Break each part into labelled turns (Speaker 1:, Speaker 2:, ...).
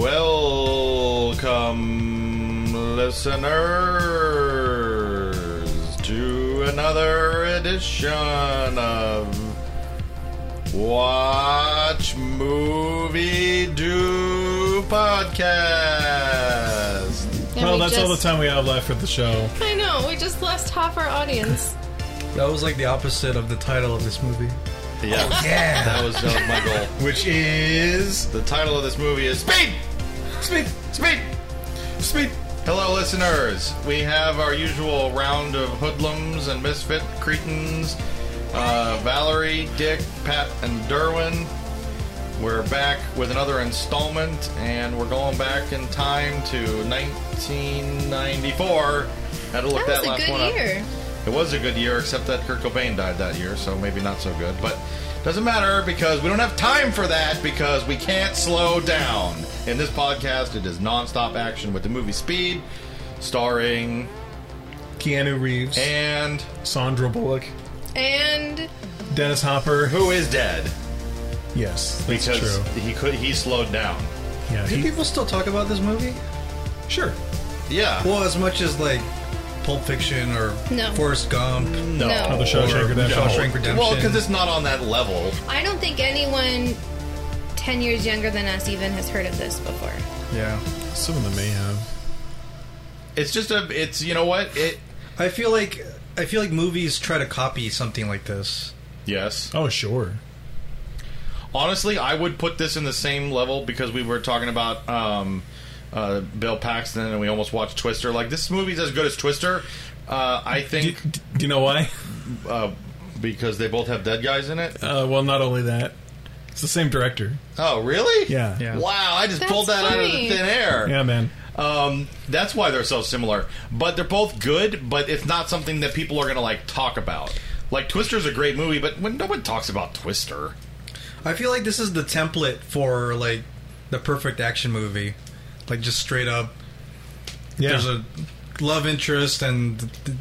Speaker 1: welcome, listeners, to another edition of Watch Movie Do Podcast.
Speaker 2: And
Speaker 3: well,
Speaker 2: we
Speaker 3: that's all the
Speaker 2: just-
Speaker 3: time we have left for the show.
Speaker 2: I know. We just lost half our audience.
Speaker 4: That was like the opposite of the title of this movie.
Speaker 1: Yes, yeah. that was, that was my goal.
Speaker 3: Oh, Which is
Speaker 1: The title of this movie is Speed! Speed! Speed!
Speaker 3: Speed.
Speaker 1: Hello, listeners. We have our usual round of hoodlums and misfit cretins uh, Valerie, Dick, Pat, and Derwin. We're back with another installment, and we're going back in time to 1994. Had to look
Speaker 2: That
Speaker 1: that,
Speaker 2: was a
Speaker 1: last
Speaker 2: good
Speaker 1: one up.
Speaker 2: year.
Speaker 1: It was a good year, except that Kurt Cobain died that year, so maybe not so good. But doesn't matter because we don't have time for that because we can't slow down. In this podcast, it is nonstop action with the movie Speed, starring
Speaker 3: Keanu Reeves,
Speaker 1: and
Speaker 3: Sandra Bullock,
Speaker 2: And
Speaker 3: Dennis Hopper.
Speaker 1: who is dead
Speaker 3: Yes, that's
Speaker 1: because
Speaker 3: true.
Speaker 1: he could he slowed down.
Speaker 3: Yeah,
Speaker 4: Do
Speaker 3: he,
Speaker 4: people still talk about this movie?
Speaker 3: sure.
Speaker 1: Yeah,
Speaker 4: Well, as much as like Pulp Fiction or
Speaker 2: No.
Speaker 4: Forrest Gump,
Speaker 1: no.
Speaker 2: no.
Speaker 3: Oh, the
Speaker 4: or
Speaker 3: Shawshank Redemption.
Speaker 4: Shawshank Redemption.
Speaker 1: Well, because it's not on that level.
Speaker 2: I don't think anyone 10 years younger than us even has heard of this before.
Speaker 4: yeah,
Speaker 3: Some of them may have.
Speaker 1: It's just a. It's you know what it.
Speaker 4: I feel like I feel like movies try to copy something like this.
Speaker 1: Yes.
Speaker 3: Oh, sure.
Speaker 1: Honestly, I would put this in the same level because we were talking about um, uh, Bill Paxton and we almost watched Twister. Like this movie's as good as Twister. Uh, I
Speaker 3: Do,
Speaker 1: think
Speaker 3: do you know why?
Speaker 1: uh, because they both have dead guys in it.
Speaker 3: Uh, well, not only that, it's the same director.
Speaker 1: Oh, really?
Speaker 3: Yeah.
Speaker 4: Yeah.
Speaker 1: Wow, I just
Speaker 2: That's
Speaker 1: pulled that out of the
Speaker 2: funny.
Speaker 1: thin air.
Speaker 3: Yeah, man.
Speaker 4: Uh,
Speaker 1: Um, that's why they're so similar. But they're both good. But it's not something that people are going to like talk about. Like Twister's a great movie, but when no one talks about Twister.
Speaker 4: I feel like this is the template for like the perfect action movie, like just straight up.
Speaker 3: Yeah.
Speaker 4: There's a love interest and. The,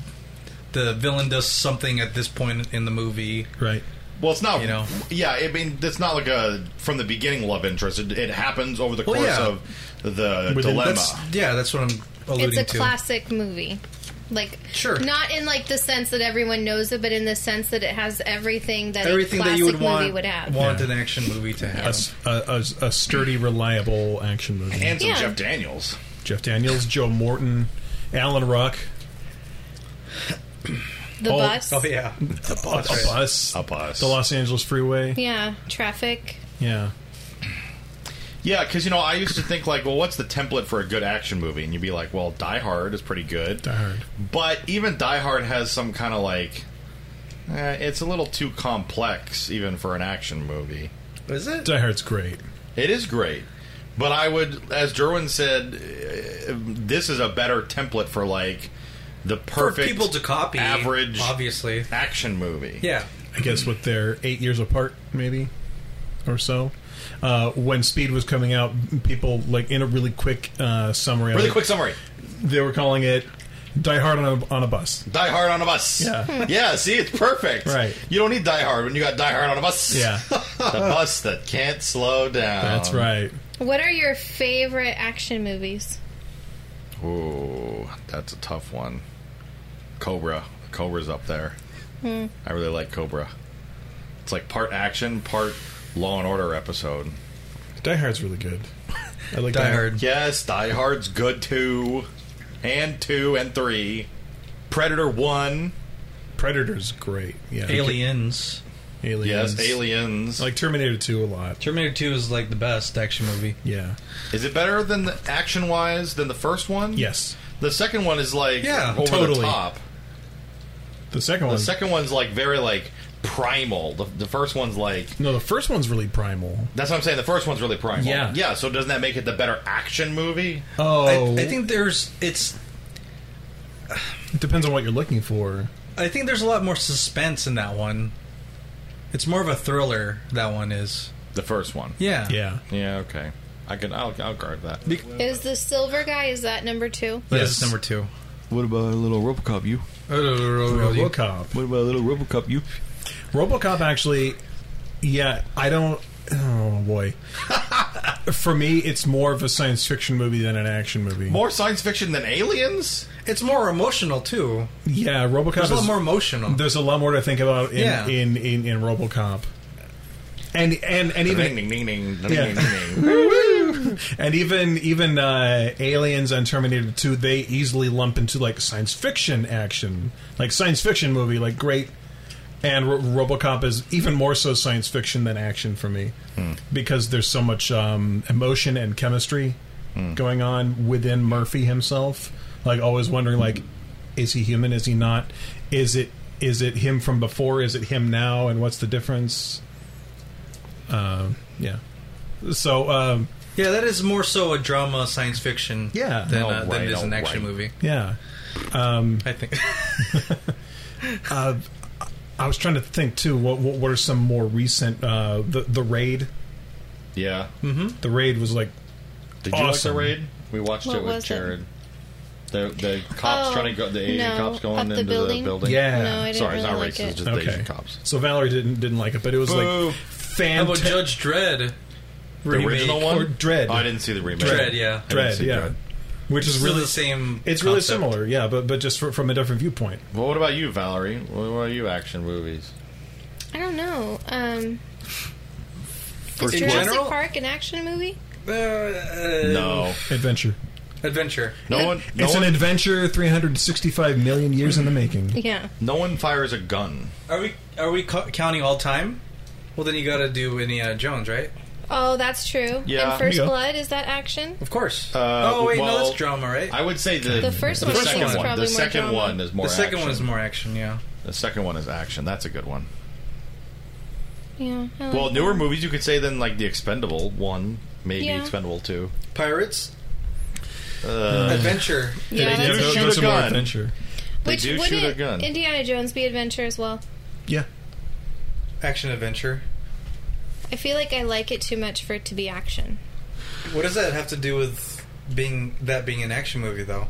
Speaker 4: the villain does something at this point in the movie.
Speaker 3: right.
Speaker 1: Well, it's not.
Speaker 4: You know?
Speaker 1: Yeah, I mean, it's not like a from the beginning love interest. It, it happens over the
Speaker 4: Well,
Speaker 1: course
Speaker 4: yeah.
Speaker 1: of the
Speaker 3: Within-
Speaker 1: dilemma.
Speaker 4: That's yeah, that's what I'm alluding
Speaker 2: It's a
Speaker 4: to.
Speaker 2: classic movie. Like
Speaker 4: Sure.
Speaker 2: not in like the sense that everyone knows it, but in the sense that it has everything that
Speaker 4: Everything
Speaker 2: a
Speaker 4: that
Speaker 2: classic
Speaker 4: you would
Speaker 2: movie
Speaker 4: want
Speaker 2: would have.
Speaker 4: want
Speaker 3: Yeah.
Speaker 4: an action movie to have.
Speaker 3: A, s- a- a- a sturdy, reliable action movie.
Speaker 1: and some
Speaker 2: Yeah.
Speaker 1: Jeff Daniels.
Speaker 3: Jeff Daniels, Joe Morton, Alan Ruck,
Speaker 2: the
Speaker 3: Oh,
Speaker 2: bus.
Speaker 4: Oh yeah,
Speaker 3: a, a bus,
Speaker 1: Up us.
Speaker 3: the Los Angeles Freeway.
Speaker 2: Yeah, traffic.
Speaker 3: Yeah.
Speaker 1: Yeah, because you know, I used to think like, well, what's the template for a good action movie? And you'd be like, well, Die Hard is pretty good.
Speaker 3: Die Hard.
Speaker 1: But even Die Hard has some kind of like, eh, it's a little too complex even for an action movie.
Speaker 4: is it?
Speaker 3: Die Hard's great.
Speaker 1: It is great, but I would, as Derwin said, eh, this is a better template for like the
Speaker 4: For
Speaker 1: perfect
Speaker 4: people to copy,
Speaker 1: average
Speaker 4: obviously.
Speaker 1: action movie.
Speaker 4: Yeah,
Speaker 3: I guess what they're eight years apart, maybe or so. Uh, when Speed was coming out, people like in a really quick uh, summary, of
Speaker 1: Really
Speaker 3: it,
Speaker 1: quick summary:
Speaker 3: they were calling it "Die Hard on a, on a Bus."
Speaker 1: Die Hard on a bus.
Speaker 3: Yeah.
Speaker 1: yeah. See, it's perfect.
Speaker 3: Right.
Speaker 1: You don't need Die Hard when you got Die Hard on a bus.
Speaker 3: Yeah,
Speaker 1: the bus that can't slow down.
Speaker 3: that's right.
Speaker 2: What are your favorite action movies?
Speaker 1: Ooh, that's a tough one. Cobra. Cobra's up there. I really like Cobra. It's like part action, part Law and Order episode.
Speaker 3: Die Hard's really good. I like
Speaker 4: Die Hard.
Speaker 1: Yes, Die Hard's good too. And two and three. Predator one.
Speaker 3: Predator's great. Yeah,
Speaker 4: Aliens.
Speaker 3: aliens.
Speaker 1: Yes, Aliens.
Speaker 3: I like Terminator Two a lot.
Speaker 4: Terminator Two is like the best action movie.
Speaker 3: Yeah.
Speaker 1: is it better than the action wise than the first one?
Speaker 3: Yes.
Speaker 1: The second one is like
Speaker 4: Yeah,
Speaker 1: over
Speaker 3: totally.
Speaker 1: the top.
Speaker 3: The second
Speaker 1: The
Speaker 3: one.
Speaker 1: second one's like very like primal. The, the first one's like
Speaker 3: No, the first one's really primal.
Speaker 1: that's what I'm saying. The first one's really primal.
Speaker 3: Yeah.
Speaker 1: yeah. So doesn't that make it the better action movie?
Speaker 3: Oh,
Speaker 4: I, I think there's it's.
Speaker 3: it depends on what you're looking for.
Speaker 4: I think there's a lot more suspense in that one. It's more of a thriller. That one is.
Speaker 1: The first one.
Speaker 4: Yeah.
Speaker 3: Yeah,
Speaker 1: Yeah. Okay. I can. I'll, I'll guard that.
Speaker 2: Is the silver guy? Is that number two?
Speaker 4: That is
Speaker 3: Yes.
Speaker 4: number two.
Speaker 1: What about a little RoboCop? You.
Speaker 4: Oh,
Speaker 3: RoboCop.
Speaker 1: What about a little RoboCop? You.
Speaker 3: RoboCop actually, yeah, I don't. Oh boy, for me, it's more of a science fiction movie than an action movie.
Speaker 1: More science fiction than aliens.
Speaker 4: It's more emotional too.
Speaker 3: yeah, RoboCop
Speaker 4: There's a lot
Speaker 3: is-
Speaker 4: more emotional.
Speaker 3: There's a lot more to think about in
Speaker 4: Yeah.
Speaker 3: in, in, in RoboCop, and and
Speaker 1: Ding
Speaker 3: and even
Speaker 1: ding ding ding ding
Speaker 3: Yeah.
Speaker 1: ding ding.
Speaker 3: and even even uh, Aliens and Terminator Two, they easily lump into like science fiction action, like science fiction movie, like great. And Ro- RoboCop is even more so science fiction than action for me, because there's so much um, emotion and chemistry going on within Murphy himself. Like always wondering, like, is he human? Is he not? Is it is it him from before? Is it him now? And what's the difference? Uh, yeah. So. Um,
Speaker 4: yeah, that is more so a drama, science fiction.
Speaker 3: Yeah.
Speaker 4: Than, uh, than
Speaker 1: Alright,
Speaker 4: it is an action
Speaker 1: alright.
Speaker 4: movie.
Speaker 3: Yeah.
Speaker 4: I think.
Speaker 3: I was trying to think too. What what, what are some more recent? Uh, the the raid.
Speaker 1: Yeah.
Speaker 3: Hmm. The raid was like
Speaker 1: Did you
Speaker 3: Awesome.
Speaker 1: Oh, like the raid? We watched
Speaker 2: What
Speaker 1: it with
Speaker 2: was it?
Speaker 1: Jared. The the cops
Speaker 2: Oh,
Speaker 1: trying to go. The Asian
Speaker 2: no,
Speaker 1: cops
Speaker 2: up
Speaker 1: going
Speaker 2: the
Speaker 1: into
Speaker 2: building?
Speaker 1: the building.
Speaker 3: Yeah.
Speaker 2: No, I didn't
Speaker 1: Sorry, it's
Speaker 2: really
Speaker 1: not racist.
Speaker 2: like
Speaker 1: It's
Speaker 2: it.
Speaker 1: just the
Speaker 3: okay.
Speaker 1: Asian cops.
Speaker 3: So Valerie didn't didn't like it, but it was
Speaker 4: Boo.
Speaker 3: like
Speaker 4: How about
Speaker 3: fantastic.
Speaker 4: Judge Dredd?
Speaker 1: The original one
Speaker 3: or Dread.
Speaker 1: Oh, I didn't see the remake.
Speaker 4: Dread, yeah.
Speaker 1: I didn't
Speaker 3: Dread,
Speaker 1: see
Speaker 3: yeah.
Speaker 1: Dread.
Speaker 3: Which is
Speaker 4: Still
Speaker 3: really
Speaker 4: the same.
Speaker 3: It's really
Speaker 4: concept.
Speaker 3: similar, yeah, but but just fr from a different viewpoint.
Speaker 1: Well, what about you, Valerie? What about you? Action movies.
Speaker 2: I don't know. Um, is
Speaker 4: in
Speaker 2: Jurassic
Speaker 4: general?
Speaker 2: Park an action movie?
Speaker 4: Uh, uh,
Speaker 1: No,
Speaker 3: Adventure.
Speaker 4: Adventure.
Speaker 1: no one. No
Speaker 3: it's
Speaker 1: one,
Speaker 3: an adventure, three hundred sixty-five million years in the making.
Speaker 2: Yeah.
Speaker 1: no one fires a gun.
Speaker 4: Are we are we co- counting all time? Well, then you got to do Indiana Jones, right?
Speaker 2: Oh, that's true.
Speaker 1: Yeah.
Speaker 2: And First
Speaker 3: There you go.
Speaker 2: Blood is that action?
Speaker 4: Of course.
Speaker 1: Uh,
Speaker 4: oh wait,
Speaker 1: well,
Speaker 4: no, that's drama, right?
Speaker 1: I would say the
Speaker 2: The first
Speaker 1: the
Speaker 2: one I
Speaker 4: think
Speaker 1: second
Speaker 4: is
Speaker 1: one.
Speaker 2: probably
Speaker 1: The
Speaker 2: more
Speaker 1: second
Speaker 2: drama.
Speaker 1: one is more.
Speaker 4: the second
Speaker 1: action.
Speaker 4: one is more action. Yeah.
Speaker 1: The second one is action. That's a good one.
Speaker 2: Mm-hmm. Yeah. I like
Speaker 1: Well,
Speaker 2: that.
Speaker 1: newer movies you could say than like the Expendable one, maybe
Speaker 2: Yeah.
Speaker 1: Expendable two.
Speaker 4: Pirates. Adventure.
Speaker 2: Yeah,
Speaker 1: they
Speaker 2: that's
Speaker 1: do
Speaker 2: a
Speaker 1: shoot
Speaker 2: gun.
Speaker 1: a
Speaker 3: those are more
Speaker 1: gun.
Speaker 3: adventure.
Speaker 1: They
Speaker 2: Which
Speaker 1: do shoot
Speaker 2: wouldn't
Speaker 1: a gun.
Speaker 2: Indiana Jones be adventure as well?
Speaker 3: Yeah,
Speaker 4: Action adventure.
Speaker 2: I feel like I like it too much for it to be action.
Speaker 4: What does that have to do with being that being an action movie though?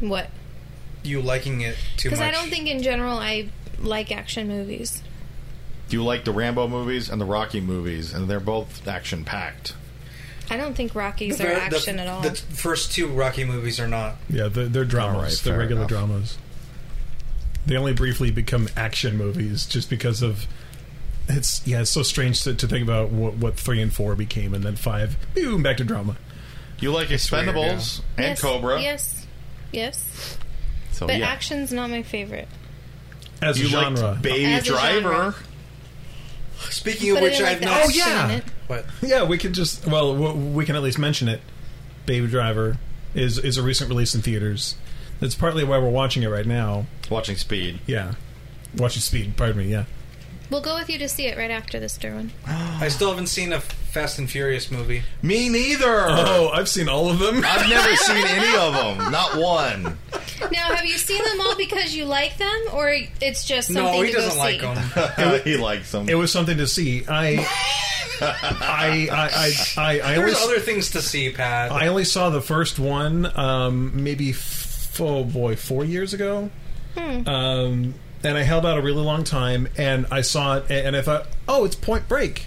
Speaker 2: What?
Speaker 4: You liking it too much?
Speaker 2: Because I don't think in general I like action movies.
Speaker 1: You like the Rambo movies and the Rocky movies, and they're both action packed.
Speaker 2: I don't think Rockies are
Speaker 4: The-
Speaker 2: action
Speaker 4: the,
Speaker 2: at all.
Speaker 4: The first two Rocky movies are not.
Speaker 3: yeah, they're, they're dramas.
Speaker 1: All right,
Speaker 3: they're
Speaker 1: fair
Speaker 3: regular
Speaker 1: enough.
Speaker 3: dramas. They only briefly become action movies, just because of it's yeah. It's so strange to, to think about what, what three and four became, and then five, boom, back to drama.
Speaker 1: You like
Speaker 4: weird,
Speaker 1: Expendables and
Speaker 2: yes,
Speaker 1: Cobra.
Speaker 2: Yes. Yes.
Speaker 1: So
Speaker 2: But
Speaker 1: Oh, yeah,
Speaker 2: action's not my favorite.
Speaker 3: As
Speaker 1: you
Speaker 3: a genre,
Speaker 1: liked Baby
Speaker 2: As a
Speaker 1: Driver.
Speaker 2: genre.
Speaker 4: Speaking
Speaker 2: But
Speaker 4: of
Speaker 2: I
Speaker 4: which,
Speaker 2: didn't like Oh,
Speaker 4: I've
Speaker 2: the
Speaker 4: not.
Speaker 2: action
Speaker 1: Oh,
Speaker 3: yeah.
Speaker 2: in it.
Speaker 4: What?
Speaker 3: yeah, we can just well, w- we can at least mention it. Baby Driver is is a recent release in theaters. That's partly why we're watching it right now.
Speaker 1: Watching Speed.
Speaker 3: Yeah, watching Speed. Pardon me. Yeah,
Speaker 2: We'll go with you to see it right after this, Derwin.
Speaker 4: I still haven't seen a Fast and Furious movie.
Speaker 1: Me neither.
Speaker 3: Oh, I've seen all of them.
Speaker 1: I've never seen any of them. Not one.
Speaker 2: Now, have you seen them all because you like them, or it's just something
Speaker 4: no, he
Speaker 2: to go
Speaker 4: doesn't like
Speaker 2: see?
Speaker 4: them.
Speaker 1: he likes them.
Speaker 3: It was something to see. I, I, I, I, I, I only,
Speaker 4: There's other things to see, Pat.
Speaker 3: I only saw the first one, um, maybe f- oh boy, four years ago.
Speaker 1: Hmm.
Speaker 3: Um, and I held out a really long time, and I saw it, and I thought, oh, it's Point Break.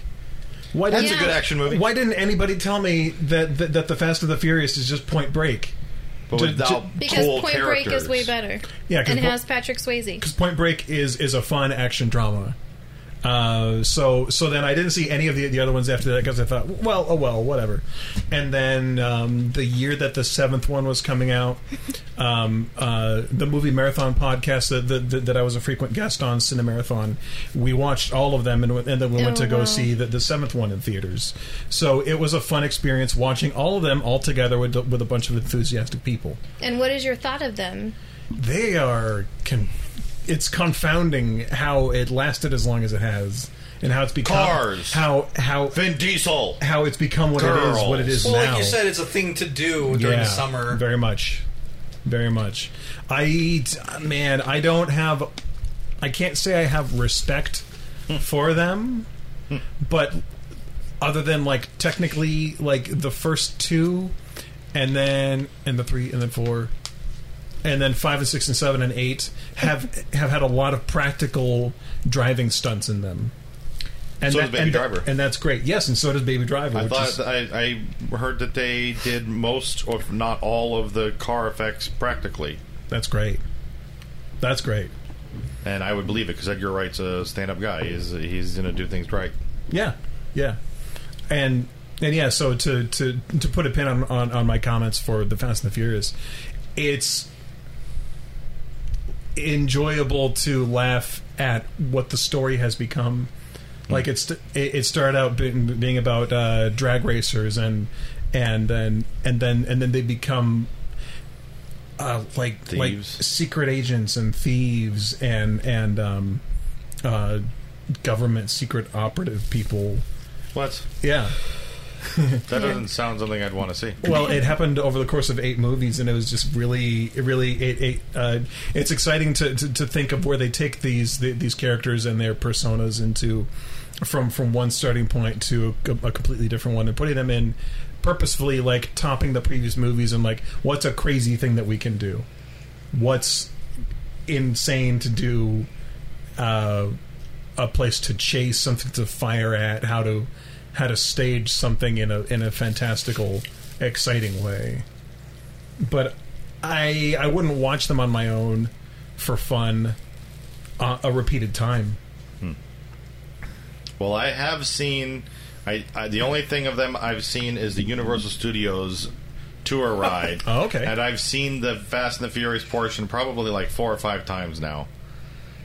Speaker 3: Why
Speaker 1: That's
Speaker 3: didn't
Speaker 1: a good
Speaker 2: Yeah.
Speaker 1: action movie.
Speaker 3: Why didn't anybody tell me that, that that the Fast and the Furious is just Point Break?
Speaker 1: But
Speaker 3: to-
Speaker 1: without
Speaker 3: to-
Speaker 2: Because
Speaker 1: cool
Speaker 2: Point Break
Speaker 1: characters.
Speaker 2: is way better.
Speaker 3: Yeah, 'cause
Speaker 2: and it
Speaker 3: Point-
Speaker 2: has Patrick Swayze.
Speaker 3: because Point Break is is a fun action drama. Uh, so so then I didn't see any of the the other ones after that because I thought, well, oh well, whatever. And then um, the year that the seventh one was coming out, um, uh, the movie marathon podcast that, that that- that I was a frequent guest on, Cinemarathon, we watched all of them and, w- and then we went
Speaker 2: Oh,
Speaker 3: to go
Speaker 2: wow.
Speaker 3: see the, the seventh one in theaters. So it was a fun experience watching all of them all together with with a bunch of enthusiastic people
Speaker 2: And what is your thought of them?
Speaker 3: they are con- it's confounding how it lasted as long as it has, and how it's become
Speaker 1: Cars.
Speaker 3: how how
Speaker 1: Vin Diesel.
Speaker 3: how it's become what it is, what it is
Speaker 4: Well,
Speaker 3: now.
Speaker 4: like you said, it's a thing to do during the summer.
Speaker 3: Very much, very much. I eat, man. I don't have. I can't say I have respect for them, but other than like technically like the first two, and then and the three and then four. And then five and six and seven and eight have have had a lot of practical driving stunts in them. And
Speaker 1: So does Baby
Speaker 3: and
Speaker 1: Driver.
Speaker 3: and that's great. Yes, and so does Baby Driver.
Speaker 1: I
Speaker 3: which
Speaker 1: thought
Speaker 3: is,
Speaker 1: I, I heard that they did most, or if not all, of the car effects practically,
Speaker 3: that's great. That's great.
Speaker 1: and I would believe it because Edgar Wright's a stand-up guy. He's he's gonna do things right.
Speaker 3: Yeah, yeah, and and yeah. So to to to put a pin on on, on my comments for the Fast and the Furious, it's enjoyable to laugh at what the story has become. Like it's it, it started out being, being about uh, drag racers and and then and then and then they become uh, like like
Speaker 1: Thieves.
Speaker 3: secret agents and thieves and and um, uh, government secret operative people.
Speaker 1: What?
Speaker 3: Yeah.
Speaker 1: That doesn't sound something I'd want to see.
Speaker 3: Well, it happened over the course of eight movies, and it was just really, it really, it, it, uh, it's exciting to, to, to think of where they take these the, these characters and their personas into from from one starting point to a, a completely different one, and putting them in purposefully, like topping the previous movies, and like what's a crazy thing that we can do, what's insane to do, uh, a place to chase, something to fire at, how to how to stage something in a in a fantastical, exciting way. But I I wouldn't watch them on my own for fun uh, a repeated time.
Speaker 1: Well, I have seen. I, I the only thing of them I've seen is the Universal Studios tour ride.
Speaker 3: Oh, okay.
Speaker 1: And I've seen the Fast and the Furious portion probably like four or five times now.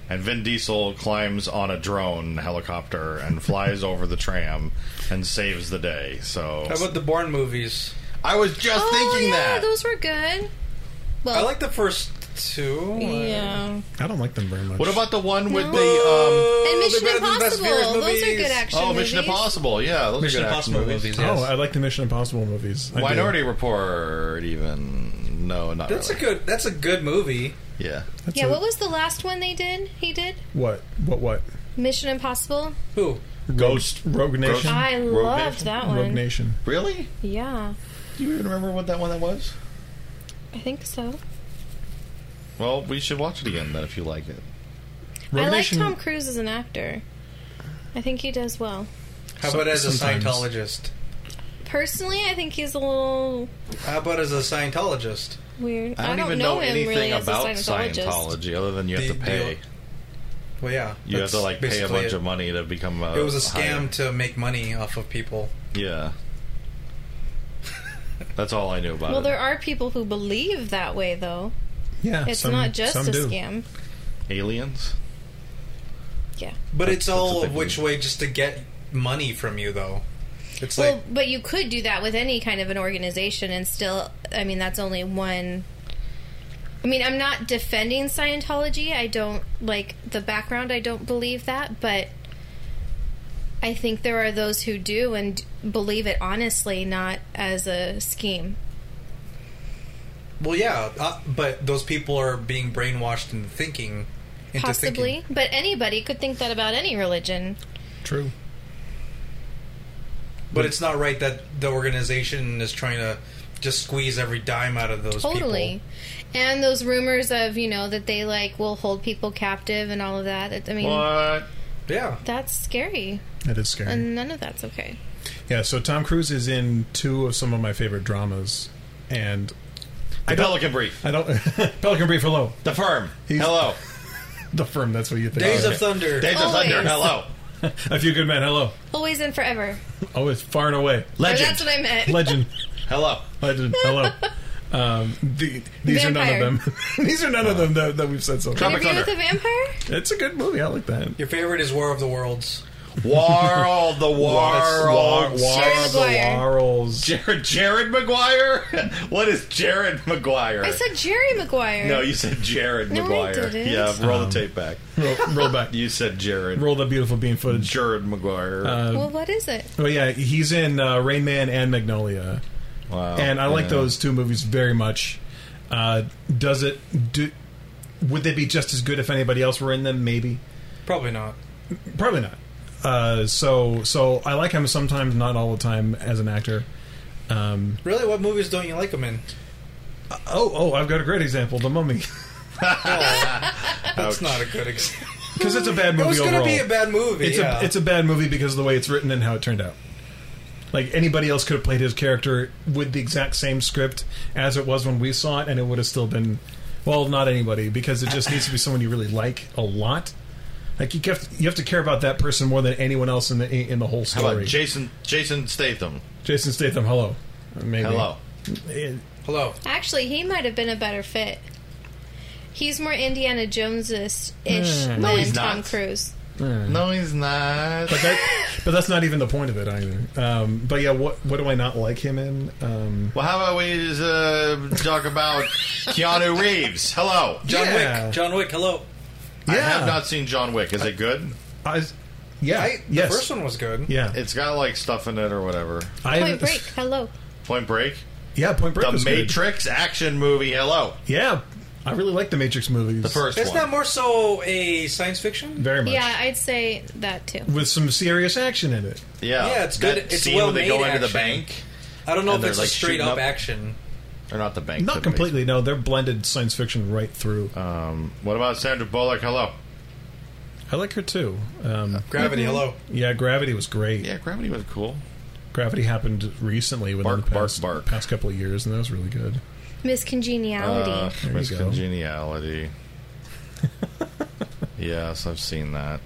Speaker 1: And Vin Diesel climbs on a drone helicopter and flies over the tram and saves the day. So
Speaker 4: How about the Bourne movies?
Speaker 1: I was just
Speaker 2: oh
Speaker 1: thinking
Speaker 2: yeah,
Speaker 1: that.
Speaker 2: those were good. Well,
Speaker 4: I like the first two.
Speaker 2: yeah.
Speaker 3: I don't like them very much.
Speaker 1: what about the one with
Speaker 2: No.
Speaker 1: the um,
Speaker 2: And
Speaker 4: they're
Speaker 2: Mission
Speaker 4: Oh, better than the Fast
Speaker 2: Impossible.
Speaker 4: Furious
Speaker 2: Those are
Speaker 4: movies.
Speaker 2: good action
Speaker 1: oh Mission
Speaker 2: movies.
Speaker 1: Impossible? Yeah, those
Speaker 4: Mission
Speaker 1: are good action
Speaker 4: Impossible
Speaker 1: movies.
Speaker 4: movies? yes.
Speaker 3: Oh, I like the Mission Impossible movies. I
Speaker 1: Minority
Speaker 3: do.
Speaker 1: Report, even no, not
Speaker 4: that's a
Speaker 1: really.
Speaker 4: good. That's a good movie.
Speaker 1: yeah.
Speaker 3: That's
Speaker 2: Yeah,
Speaker 3: a-
Speaker 2: what was the last one they did? He did
Speaker 3: what what what
Speaker 2: Mission Impossible.
Speaker 4: Who?
Speaker 1: Ghost
Speaker 3: Rogue Nation.
Speaker 1: Ghost-
Speaker 2: I
Speaker 1: Rogue
Speaker 2: loved
Speaker 1: Nation?
Speaker 2: that
Speaker 3: Rogue
Speaker 2: one.
Speaker 3: Nation.
Speaker 1: Really?
Speaker 2: Yeah,
Speaker 1: Do you even remember what that one that was?
Speaker 2: I think so.
Speaker 1: Well, we should watch it again then if you like it.
Speaker 3: Rogue
Speaker 2: I like
Speaker 3: Nation-
Speaker 2: Tom Cruise as an actor. I think he does well.
Speaker 4: How
Speaker 3: So-
Speaker 4: about as a
Speaker 3: sometimes.
Speaker 4: Scientologist?
Speaker 2: Personally, I think he's a little
Speaker 4: How about as a Scientologist?
Speaker 2: weird.
Speaker 1: I don't,
Speaker 2: don't
Speaker 1: even
Speaker 2: know,
Speaker 1: know
Speaker 2: him
Speaker 1: anything
Speaker 2: really
Speaker 1: about
Speaker 2: as a Scientologist.
Speaker 1: Scientology other than you have
Speaker 4: Do-
Speaker 1: to
Speaker 4: do
Speaker 1: pay.
Speaker 4: you- Well, yeah.
Speaker 1: You have
Speaker 4: that's
Speaker 1: to like pay a
Speaker 4: basically
Speaker 1: bunch
Speaker 4: it.
Speaker 1: of money to become a.
Speaker 4: It was a
Speaker 1: higher-
Speaker 4: scam to make money off of people.
Speaker 1: Yeah. That's all I knew about
Speaker 2: Well,
Speaker 1: it.
Speaker 2: there are people who believe that way, though.
Speaker 3: Yeah,
Speaker 2: It's
Speaker 3: Uh, some-
Speaker 2: not just
Speaker 3: some
Speaker 2: a
Speaker 3: do.
Speaker 2: scam.
Speaker 1: Aliens.
Speaker 2: Yeah.
Speaker 4: But
Speaker 1: That's-
Speaker 4: it's
Speaker 1: that's
Speaker 4: all
Speaker 1: what
Speaker 4: of
Speaker 1: they
Speaker 4: which
Speaker 1: do.
Speaker 4: way just to get money from you, though. It's
Speaker 2: Well,
Speaker 4: like
Speaker 2: but you could do that with any kind of an organization and still, I mean, that's only one. I mean, I'm not defending Scientology. I don't like the background. I don't believe that, but I think there are those who do and believe it honestly, not as a scheme.
Speaker 4: Well, yeah, uh, but those people are being brainwashed and thinking into
Speaker 2: Possibly,
Speaker 4: thinking.
Speaker 2: but anybody could think that about any religion.
Speaker 3: True.
Speaker 4: But it's not right that the organization is trying to just squeeze every dime out of those
Speaker 2: Totally.
Speaker 4: people.
Speaker 2: And those rumors of, you know, that they like will hold people captive and all of that. It- I mean,
Speaker 1: What?
Speaker 4: Yeah.
Speaker 2: that's scary.
Speaker 3: That is scary.
Speaker 2: And none of that's okay.
Speaker 3: yeah. So Tom Cruise is in two of some of my favorite dramas, and
Speaker 1: The
Speaker 3: I don't-
Speaker 1: Pelican Brief.
Speaker 3: I don't Pelican Brief hello.
Speaker 1: The Firm.
Speaker 3: He's-
Speaker 1: hello.
Speaker 3: The firm, that's what you think.
Speaker 4: Days
Speaker 3: Okay.
Speaker 4: of Thunder.
Speaker 1: Days of
Speaker 2: Always.
Speaker 1: Thunder. Hello.
Speaker 3: A few good men, hello.
Speaker 2: Always and forever.
Speaker 3: Oh, it's far and away.
Speaker 2: Or
Speaker 1: Legend.
Speaker 2: that's what I meant.
Speaker 3: Legend.
Speaker 1: Hello.
Speaker 3: Legend. Hello. Um, the, these are none of them. these are none of them that, that we've said so far.
Speaker 1: Tropic
Speaker 2: Interview
Speaker 1: Thunder.
Speaker 2: with a vampire?
Speaker 3: It's a good movie. I like that.
Speaker 4: Your favorite is War of the Worlds.
Speaker 1: Warl the Warl.
Speaker 2: Jerry Maguire.
Speaker 3: Warls.
Speaker 1: Jared Jared Maguire? what is Jared Maguire?
Speaker 2: I said Jerry Maguire.
Speaker 1: no, you said Jared
Speaker 2: No, I
Speaker 1: Maguire.
Speaker 2: didn't.
Speaker 1: Yeah, roll
Speaker 3: Um,
Speaker 1: the tape back.
Speaker 3: Roll, roll back.
Speaker 1: You said Jared.
Speaker 3: Roll the beautiful bean footage.
Speaker 1: Jared Maguire.
Speaker 2: well, what is it?
Speaker 3: Oh yeah, he's in uh, Rain Man and Magnolia,
Speaker 1: wow.
Speaker 4: Oh,
Speaker 3: and I like
Speaker 1: Yeah.
Speaker 3: those two movies very much. Uh, does it do? Would they be just as good if anybody else were in them? Maybe.
Speaker 4: Probably not.
Speaker 3: Probably not. Uh, so so I like him sometimes, not all the time, as an actor. Um,
Speaker 4: Really, what movies don't you like him in?
Speaker 3: oh oh, I've got a great example, The Mummy,
Speaker 4: That's not a good example.
Speaker 3: because it's a bad
Speaker 4: It
Speaker 3: movie
Speaker 4: was going to
Speaker 3: overall.
Speaker 4: be a bad movie.
Speaker 3: it's
Speaker 4: yeah.
Speaker 3: a it's a bad movie because of the way it's written and how it turned out. Like anybody else could have played his character with the exact same script as it was when we saw it, and it would have still been well, not anybody because it just needs to be someone you really like a lot. Like you have you have to care about that person more than anyone else in the in the whole
Speaker 1: How
Speaker 3: story.
Speaker 1: about Jason Jason Statham?
Speaker 3: Jason Statham, hello, maybe
Speaker 1: Hello.
Speaker 3: Eh,
Speaker 4: Hello.
Speaker 2: Actually, he might have been a better fit. He's more Indiana Jones ish than
Speaker 1: Hmm. No, he's
Speaker 2: Tom
Speaker 1: not.
Speaker 2: Cruise.
Speaker 1: No, he's not.
Speaker 3: But that, but that's not even the point of it either. Um, but yeah, what what do I not like him in? Um,
Speaker 1: Well, how about we just, uh, talk about Keanu Reeves? Hello.
Speaker 4: John
Speaker 3: Yeah.
Speaker 4: Wick. John Wick. Hello.
Speaker 1: I
Speaker 3: Yeah.
Speaker 1: have not seen John Wick. Is it good?
Speaker 3: I, yeah,
Speaker 4: I, the
Speaker 3: yes,
Speaker 4: first one was good.
Speaker 3: yeah.
Speaker 1: It's got like stuff in it or whatever.
Speaker 3: I
Speaker 2: Point
Speaker 3: haven't-
Speaker 2: Break. Hello.
Speaker 1: Point Break,
Speaker 3: Yeah, Point Break.
Speaker 1: The
Speaker 3: was good.
Speaker 1: Matrix action movie. Hello.
Speaker 3: Yeah, I really like the Matrix movies.
Speaker 1: The first
Speaker 4: It's
Speaker 1: one.
Speaker 4: not more so a science fiction.
Speaker 3: very much.
Speaker 2: Yeah, I'd say that too.
Speaker 3: with some serious action in it.
Speaker 1: yeah.
Speaker 4: Yeah, it's
Speaker 1: That
Speaker 4: good. It's
Speaker 1: scene when they
Speaker 4: well-made
Speaker 1: go into the
Speaker 4: action.
Speaker 1: bank.
Speaker 4: I don't know
Speaker 1: And
Speaker 4: if
Speaker 1: they're,
Speaker 4: it's
Speaker 1: like,
Speaker 4: a straight
Speaker 1: shooting
Speaker 4: up,
Speaker 1: up.
Speaker 4: action.
Speaker 1: Or not the bank. the
Speaker 3: Not
Speaker 1: bank.
Speaker 3: completely. No, they're blended science fiction right through.
Speaker 1: Um, what about Sandra Bullock? Hello.
Speaker 3: I like her too. Um,
Speaker 4: Gravity.
Speaker 2: Mm-hmm.
Speaker 4: Hello.
Speaker 3: yeah, Gravity was great.
Speaker 1: Yeah, Gravity was cool.
Speaker 3: Gravity happened recently within
Speaker 1: Bark,
Speaker 3: the past,
Speaker 1: bark, bark.
Speaker 3: past couple of years, and that was really good.
Speaker 2: Miss Congeniality.
Speaker 1: Uh,
Speaker 3: you
Speaker 1: Miss
Speaker 3: go.
Speaker 1: Congeniality. yes, I've seen that.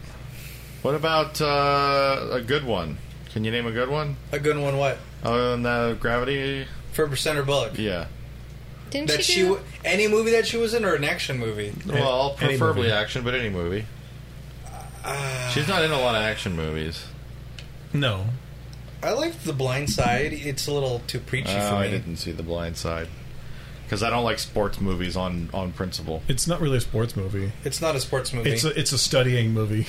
Speaker 1: What about uh, a good one? Can you name a good one?
Speaker 4: A good one. What
Speaker 1: Other than uh, Gravity?
Speaker 4: for Senator Bullock?
Speaker 1: Yeah.
Speaker 2: Didn't
Speaker 4: That
Speaker 2: she
Speaker 4: she
Speaker 2: do?
Speaker 4: w- any movie that she was in or an action movie?
Speaker 1: Well,
Speaker 3: any
Speaker 1: preferably
Speaker 3: movie.
Speaker 1: action, but any movie.
Speaker 4: Uh,
Speaker 1: She's not in a lot of action movies.
Speaker 3: No,
Speaker 4: I liked The Blind Side. It's a little too preachy
Speaker 1: Oh,
Speaker 4: for me.
Speaker 1: I didn't see The Blind Side because I don't like sports movies on on principle.
Speaker 3: it's not really a sports movie.
Speaker 4: It's not a sports movie.
Speaker 3: It's a, it's a studying movie.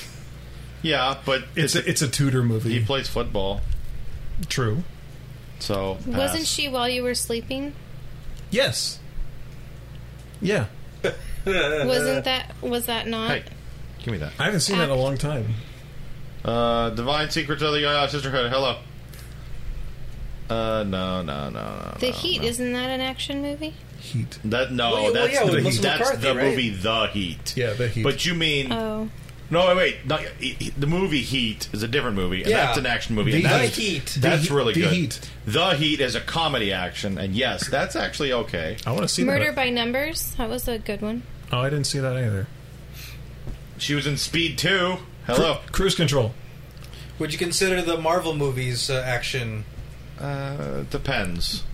Speaker 1: Yeah, but
Speaker 3: It's a, it's a tutor
Speaker 1: he
Speaker 3: movie.
Speaker 1: plays football,
Speaker 3: True.
Speaker 1: so
Speaker 2: Wasn't
Speaker 1: pass.
Speaker 2: she while you were sleeping?
Speaker 3: Yes. Yeah,
Speaker 2: Wasn't that? Was that not?
Speaker 1: Hey, give me that.
Speaker 3: I haven't seen that in a long time.
Speaker 1: Uh, Divine Secrets of the uh, Sisterhood. Hello. Uh, no, no, no, no.
Speaker 2: The
Speaker 1: no,
Speaker 2: Heat
Speaker 1: no.
Speaker 2: isn't that an action movie?
Speaker 3: Heat.
Speaker 1: That no,
Speaker 4: Well, yeah,
Speaker 1: that's
Speaker 4: well, yeah,
Speaker 1: the,
Speaker 4: with
Speaker 1: heat.
Speaker 4: Melissa
Speaker 1: that's
Speaker 4: McCarthy,
Speaker 1: the
Speaker 4: right?
Speaker 1: movie The Heat.
Speaker 3: Yeah, The Heat.
Speaker 1: But you mean
Speaker 2: Oh,
Speaker 1: no? Wait, wait. Not, he- he- the movie Heat is a different movie, and
Speaker 4: Yeah.
Speaker 1: that's an action movie.
Speaker 3: The
Speaker 1: and that's,
Speaker 4: Heat. The
Speaker 1: That's
Speaker 3: Heat-
Speaker 1: really
Speaker 3: The
Speaker 1: good.
Speaker 3: Heat.
Speaker 1: The Heat is a comedy action, and yes, that's actually okay.
Speaker 3: I want to see
Speaker 2: Murder
Speaker 3: that.
Speaker 2: by Numbers. That was a good one.
Speaker 3: oh, I didn't see that either.
Speaker 1: She was in Speed Two. Hello.
Speaker 3: Cru- Cruise Control.
Speaker 4: Would you consider the Marvel movies uh, action?
Speaker 1: Uh, depends.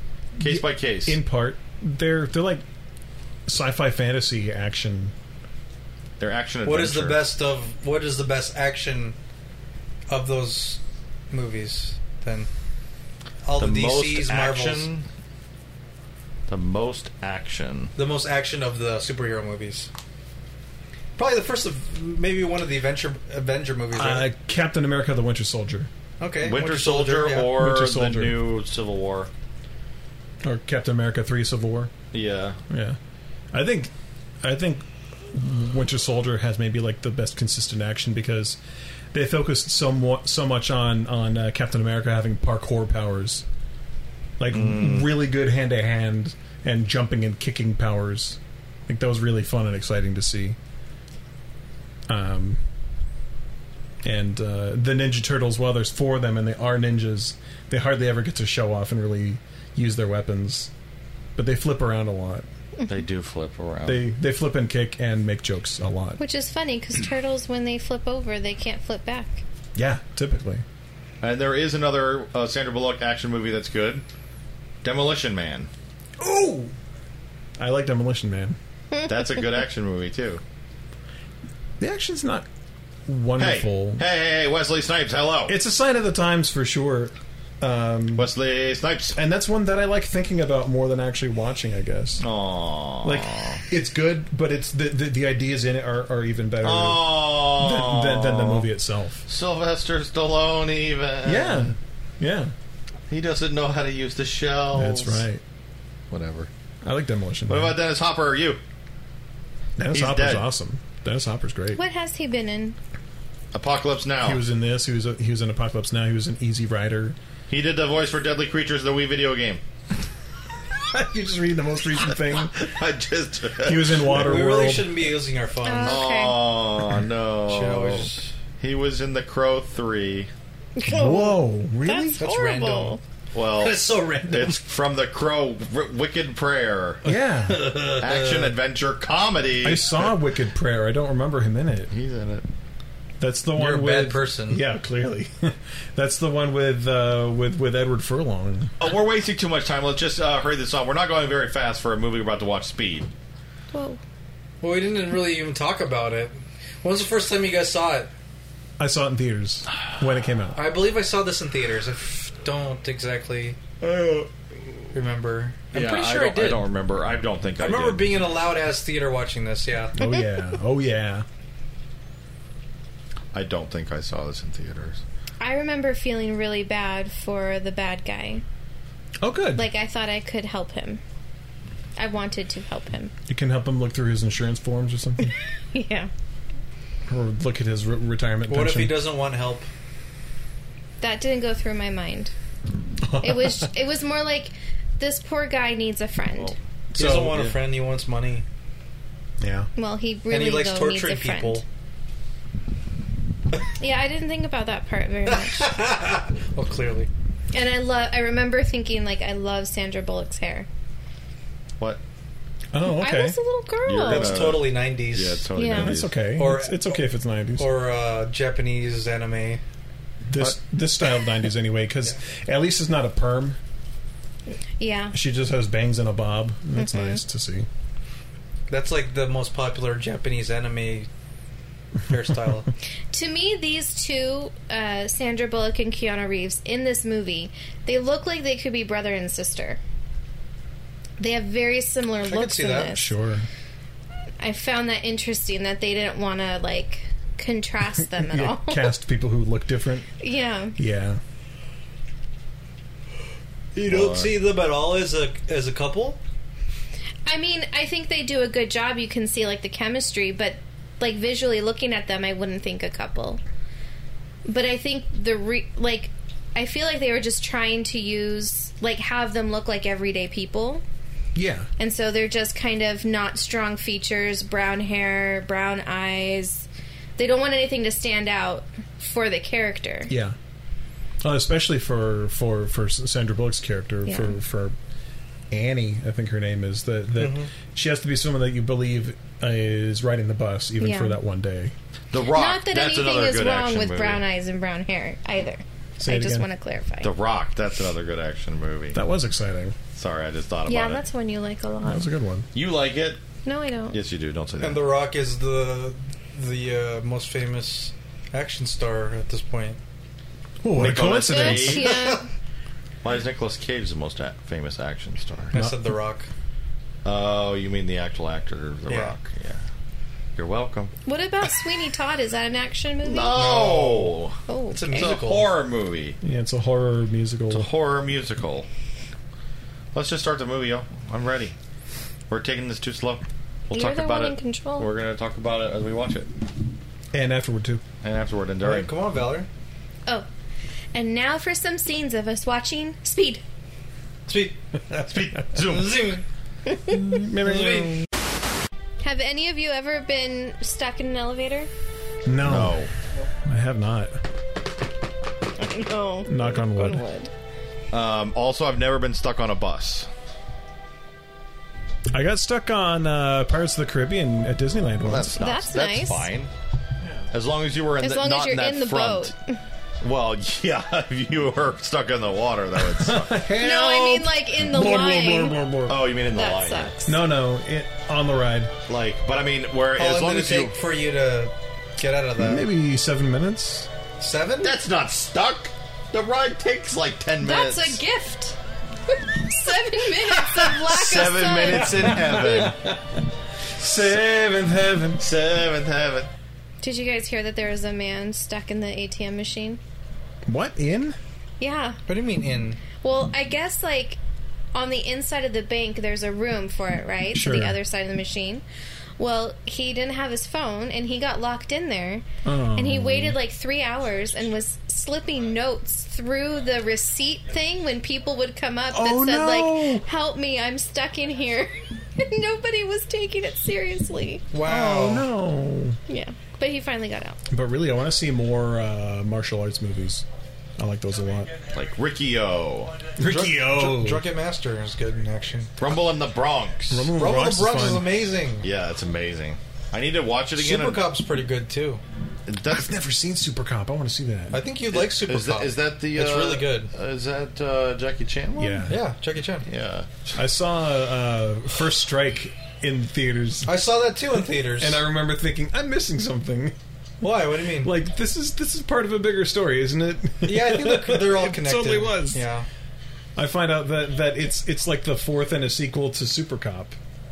Speaker 1: Case by case.
Speaker 3: in part they're they're like sci-fi fantasy action
Speaker 1: Their action. Adventure.
Speaker 4: What is the best of? What is the best action of those movies? Then all
Speaker 1: The
Speaker 4: the,
Speaker 1: most
Speaker 4: DC's Marvels.
Speaker 1: action. The most action.
Speaker 4: the most action of the superhero movies. Probably the first of maybe one of the Avenger Avenger movies.
Speaker 3: uh,
Speaker 4: Right?
Speaker 3: captain america the winter soldier
Speaker 4: okay,
Speaker 1: Winter, Soldier,
Speaker 4: yeah.
Speaker 1: or
Speaker 3: Winter Soldier.
Speaker 1: the new Civil War.
Speaker 3: or captain america 3 civil war
Speaker 1: Yeah.
Speaker 3: yeah i think i think winter soldier has maybe like the best consistent action because they focused so, mo- so much on on uh, captain america having parkour powers like really good hand-to-hand and jumping and kicking powers i think that was really fun and exciting to see um and uh, the Ninja Turtles, while there's four of them and they are ninjas, they hardly ever get to show off and really use their weapons. But they flip around a lot.
Speaker 1: They do flip around.
Speaker 3: They they flip and kick and make jokes a lot.
Speaker 2: Which is funny because turtles, when they flip over, they can't flip back.
Speaker 3: Yeah, typically.
Speaker 1: and there is another uh, Sandra Bullock action movie that's good. Demolition Man.
Speaker 3: Ooh, I like Demolition Man.
Speaker 1: That's a good action movie too.
Speaker 3: The action's not
Speaker 1: Hey,
Speaker 3: wonderful.
Speaker 1: hey, hey, hey, Wesley Snipes, hello.
Speaker 3: It's a sign of the times for sure. Um,
Speaker 1: Wesley Snipes.
Speaker 3: and that's one that I like thinking about more than actually watching, I guess.
Speaker 1: Aww.
Speaker 3: Like, it's good, but it's the, the, the ideas in it are, are even better
Speaker 1: Aww.
Speaker 3: than, than, than the movie itself.
Speaker 1: Oh, Sylvester Stallone, even.
Speaker 3: Yeah. Yeah.
Speaker 1: He doesn't know how to use the shells.
Speaker 3: That's right.
Speaker 1: Whatever.
Speaker 3: I like Demolition.
Speaker 1: What
Speaker 3: Man.
Speaker 1: about Dennis Hopper or you?
Speaker 3: Dennis
Speaker 1: he's
Speaker 3: Hopper's
Speaker 1: dead.
Speaker 3: awesome. Dennis Hopper's great.
Speaker 2: What has he been in?
Speaker 1: Apocalypse Now.
Speaker 3: He was in this. He was he was in Apocalypse Now. He was an Easy Rider.
Speaker 1: He did the voice for Deadly Creatures, the Wii video game.
Speaker 3: You're just reading the most recent thing.
Speaker 1: I just.
Speaker 3: He was in Waterworld.
Speaker 4: We really shouldn't be using our phones.
Speaker 2: Uh,
Speaker 1: Oh
Speaker 4: Should
Speaker 1: no!
Speaker 4: always-
Speaker 1: He was in The Crow Three.
Speaker 3: Whoa, really?
Speaker 2: That's horrible.
Speaker 4: random.
Speaker 1: Well,
Speaker 4: That's so random.
Speaker 1: it's from The Crow, R- Wicked Prayer,
Speaker 3: yeah,
Speaker 1: action adventure comedy.
Speaker 3: I saw Wicked Prayer. I don't remember him in it.
Speaker 1: He's in it.
Speaker 3: That's the one
Speaker 4: You're a
Speaker 3: with
Speaker 4: bad person.
Speaker 3: Yeah, clearly. That's the one with uh, with with Edward Furlong.
Speaker 1: Oh, we're wasting too much time. Let's just uh, hurry this up. We're not going very fast for a movie we're about to watch. Speed.
Speaker 2: Whoa.
Speaker 4: Well, we didn't really even talk about it. When was the first time you guys saw it?
Speaker 3: I saw it in theaters when it came out.
Speaker 4: I believe I saw this in theaters. I f- don't exactly remember. I'm
Speaker 1: yeah,
Speaker 4: pretty
Speaker 1: I
Speaker 4: sure I,
Speaker 1: don't-
Speaker 4: did.
Speaker 1: I don't remember. I don't think I,
Speaker 4: I remember
Speaker 1: did.
Speaker 4: being in a loud ass theater watching this. Yeah,
Speaker 3: Oh yeah, oh yeah.
Speaker 1: I don't think I saw this in theaters.
Speaker 2: I remember feeling really bad for the bad guy.
Speaker 3: Oh good.
Speaker 2: Like I thought I could help him. I wanted to help him.
Speaker 3: you can help him look through his insurance forms or something,
Speaker 2: Yeah.
Speaker 3: or look at his re- retirement
Speaker 4: what if
Speaker 3: pension.
Speaker 4: he doesn't want help?
Speaker 2: That didn't go through my mind. It was it was more like this poor guy needs a friend.
Speaker 4: He
Speaker 3: So-
Speaker 4: doesn't want
Speaker 3: yeah.
Speaker 4: a friend. He wants money,
Speaker 3: Yeah.
Speaker 2: Well, he
Speaker 4: and
Speaker 2: really
Speaker 4: he likes
Speaker 2: though,
Speaker 4: torturing
Speaker 2: needs a friend.
Speaker 4: people.
Speaker 2: Yeah, I didn't think about that part very much.
Speaker 4: Well, Oh, clearly,
Speaker 2: and I love I remember thinking like I love Sandra Bullock's hair.
Speaker 1: What?
Speaker 3: Oh
Speaker 2: I
Speaker 3: okay.
Speaker 2: was a little girl.
Speaker 1: You're
Speaker 4: that's
Speaker 1: Uh,
Speaker 4: totally '90s
Speaker 1: Yeah, totally.
Speaker 2: Yeah.
Speaker 3: That's okay.
Speaker 4: Or-
Speaker 3: it's, it's okay if it's nineties.
Speaker 4: or uh, Japanese anime.
Speaker 3: this this style of nineties anyway, because at least it's not a perm.
Speaker 2: yeah.
Speaker 3: She just has bangs and a bob. That's
Speaker 2: Mm-hmm.
Speaker 3: nice to see.
Speaker 4: That's like the most popular Japanese anime hairstyle.
Speaker 2: To me, these two, uh, Sandra Bullock and Keanu Reeves, in this movie, they look like they could be brother and sister. They have very similar
Speaker 4: could
Speaker 2: looks
Speaker 4: see
Speaker 2: in
Speaker 4: that.
Speaker 2: this.
Speaker 3: Sure.
Speaker 2: I found that interesting that they didn't want to like contrast them at
Speaker 3: Yeah,
Speaker 2: all.
Speaker 3: cast people who look different.
Speaker 2: yeah.
Speaker 3: Yeah.
Speaker 4: you
Speaker 1: Or-
Speaker 4: don't see them at all as a as a couple.
Speaker 2: I mean, I think they do a good job. You can see like the chemistry, but like visually looking at them, I wouldn't think a couple. But I think the re- like I feel like they were just trying to use like have them look like everyday people.
Speaker 3: Yeah.
Speaker 2: And so they're just kind of not strong features, brown hair, brown eyes. They don't want anything to stand out for the character.
Speaker 3: Yeah. Uh, especially for for for Sandra Bullock's character
Speaker 2: Yeah.
Speaker 3: for for Annie, I think her name is that that she has to be someone that you believe is riding the bus even
Speaker 2: Yeah.
Speaker 3: for that one day.
Speaker 1: The Rock.
Speaker 2: Not that
Speaker 1: that's
Speaker 2: anything
Speaker 1: another
Speaker 2: is
Speaker 1: good
Speaker 2: wrong
Speaker 1: action
Speaker 2: with
Speaker 1: movie.
Speaker 2: brown eyes and brown hair either.
Speaker 3: Say
Speaker 2: I
Speaker 3: it
Speaker 2: just
Speaker 3: again.
Speaker 2: want to clarify.
Speaker 1: The Rock. That's another good action movie.
Speaker 3: That was exciting.
Speaker 1: Sorry, I just thought about
Speaker 2: yeah,
Speaker 1: it.
Speaker 2: that's one you like a
Speaker 3: That
Speaker 2: lot.
Speaker 3: was a good one.
Speaker 1: You like it?
Speaker 2: No, I don't.
Speaker 1: Yes, you do. Don't say that.
Speaker 4: And The Rock is the the uh, most famous action star at this point.
Speaker 3: Oh, what a
Speaker 1: Nicolas Cage.
Speaker 3: coincidence!
Speaker 2: But, yeah.
Speaker 1: Why is Nicolas Cage the most a- famous action star?
Speaker 4: I said The Rock.
Speaker 1: Oh, you mean the actual actor, The
Speaker 4: Yeah.
Speaker 1: Rock? Yeah. You're welcome.
Speaker 2: What about Sweeney Todd? Is that an action movie?
Speaker 1: No,
Speaker 2: Oh,
Speaker 4: It's a
Speaker 2: okay.
Speaker 1: it's a
Speaker 4: Musical.
Speaker 1: horror movie.
Speaker 3: Yeah, it's a horror musical.
Speaker 1: It's a horror musical. Let's just start the movie, yo. I'm ready. We're taking this too slow. We'll
Speaker 2: You're
Speaker 1: talk
Speaker 2: the
Speaker 1: about
Speaker 2: one
Speaker 1: it.
Speaker 2: in control.
Speaker 1: We're gonna talk about it as we watch it,
Speaker 3: and afterward too.
Speaker 1: and afterward, and
Speaker 4: All
Speaker 1: during.
Speaker 4: right, come on, Valor.
Speaker 2: Oh. And now for some scenes of us watching Speed.
Speaker 4: Sweet.
Speaker 1: Speed zoom.
Speaker 4: Zoom. Zoom.
Speaker 2: Have any of you ever been stuck in an elevator?
Speaker 3: No,
Speaker 1: No.
Speaker 3: I have not.
Speaker 2: No.
Speaker 3: Knock on wood.
Speaker 1: Um, also, I've never been stuck on a bus.
Speaker 3: I got stuck on uh, Pirates of the Caribbean at Disneyland once.
Speaker 1: That's not,
Speaker 2: That's nice.
Speaker 1: fine. As long as you were in
Speaker 2: As
Speaker 1: the,
Speaker 2: long
Speaker 1: not
Speaker 2: as you're
Speaker 1: that
Speaker 2: in the
Speaker 1: front.
Speaker 2: boat.
Speaker 1: Well, yeah, if you were stuck in the water, that would suck.
Speaker 2: No, I mean like in the
Speaker 3: Blur, blur,
Speaker 2: line.
Speaker 3: blur, blur, blur.
Speaker 1: oh, you mean in the
Speaker 2: That
Speaker 1: line?
Speaker 2: sucks.
Speaker 3: No, no, it, on the ride.
Speaker 1: Like, but I mean, where
Speaker 4: How
Speaker 1: as
Speaker 2: Oh,
Speaker 4: long
Speaker 1: long
Speaker 4: did it
Speaker 1: as you
Speaker 4: take for you to Get out of that.
Speaker 3: Maybe seven minutes.
Speaker 4: Seven?
Speaker 1: That's not stuck. The ride takes like ten minutes.
Speaker 2: That's a gift. Seven minutes of lack of
Speaker 1: Seven
Speaker 2: sun.
Speaker 1: minutes in heaven.
Speaker 3: Seventh heaven.
Speaker 1: Seventh heaven.
Speaker 2: Did you guys hear that there was a man stuck in the ATM machine?
Speaker 3: What in?
Speaker 2: Yeah.
Speaker 4: What do you mean in?
Speaker 2: Well, I guess like on the inside of the bank, there's a room for it, right?
Speaker 3: Sure.
Speaker 2: The other side of the machine. Well, he didn't have his phone, and he got locked in there,
Speaker 3: Oh.
Speaker 2: and he waited like three hours and was slipping notes through the receipt thing when people would come up that
Speaker 3: Oh,
Speaker 2: said
Speaker 3: no.
Speaker 2: like, "Help me, I'm stuck in here." and nobody was taking it seriously.
Speaker 1: Oh,
Speaker 4: Wow.
Speaker 3: no.
Speaker 2: Yeah, but he finally got out.
Speaker 3: But really, I want to see more uh, martial arts movies. I like those a lot.
Speaker 1: Like Ricky O.
Speaker 3: Ricky O.
Speaker 4: Drunken Master is good in action.
Speaker 1: Rumble in the Bronx.
Speaker 3: Rumble in the
Speaker 4: Rumble in
Speaker 3: Bronx is
Speaker 4: the Bronx is
Speaker 3: fun.
Speaker 4: amazing.
Speaker 1: Yeah, it's amazing. I need to watch it again.
Speaker 4: Super Cop's pretty good too.
Speaker 1: That's
Speaker 3: I've never seen Super Cop. I want to see
Speaker 4: I
Speaker 3: that.
Speaker 4: think you'd like Super
Speaker 1: is
Speaker 4: Cop.
Speaker 1: that, is that the?
Speaker 4: It's
Speaker 1: uh,
Speaker 4: really good.
Speaker 1: Is that uh, Jackie Chan one?
Speaker 3: Yeah.
Speaker 4: Yeah, Jackie Chan.
Speaker 1: Yeah.
Speaker 3: I saw uh, First Strike in theaters,
Speaker 4: I saw that too in theaters.
Speaker 3: and I remember thinking, I'm missing something.
Speaker 4: why? What do you mean?
Speaker 3: Like this is this is part of a bigger story, isn't it?
Speaker 4: yeah, I think they're, they're all connected.
Speaker 3: totally was.
Speaker 4: Yeah,
Speaker 3: I find out that that it's it's like the fourth and a sequel to Super Cop.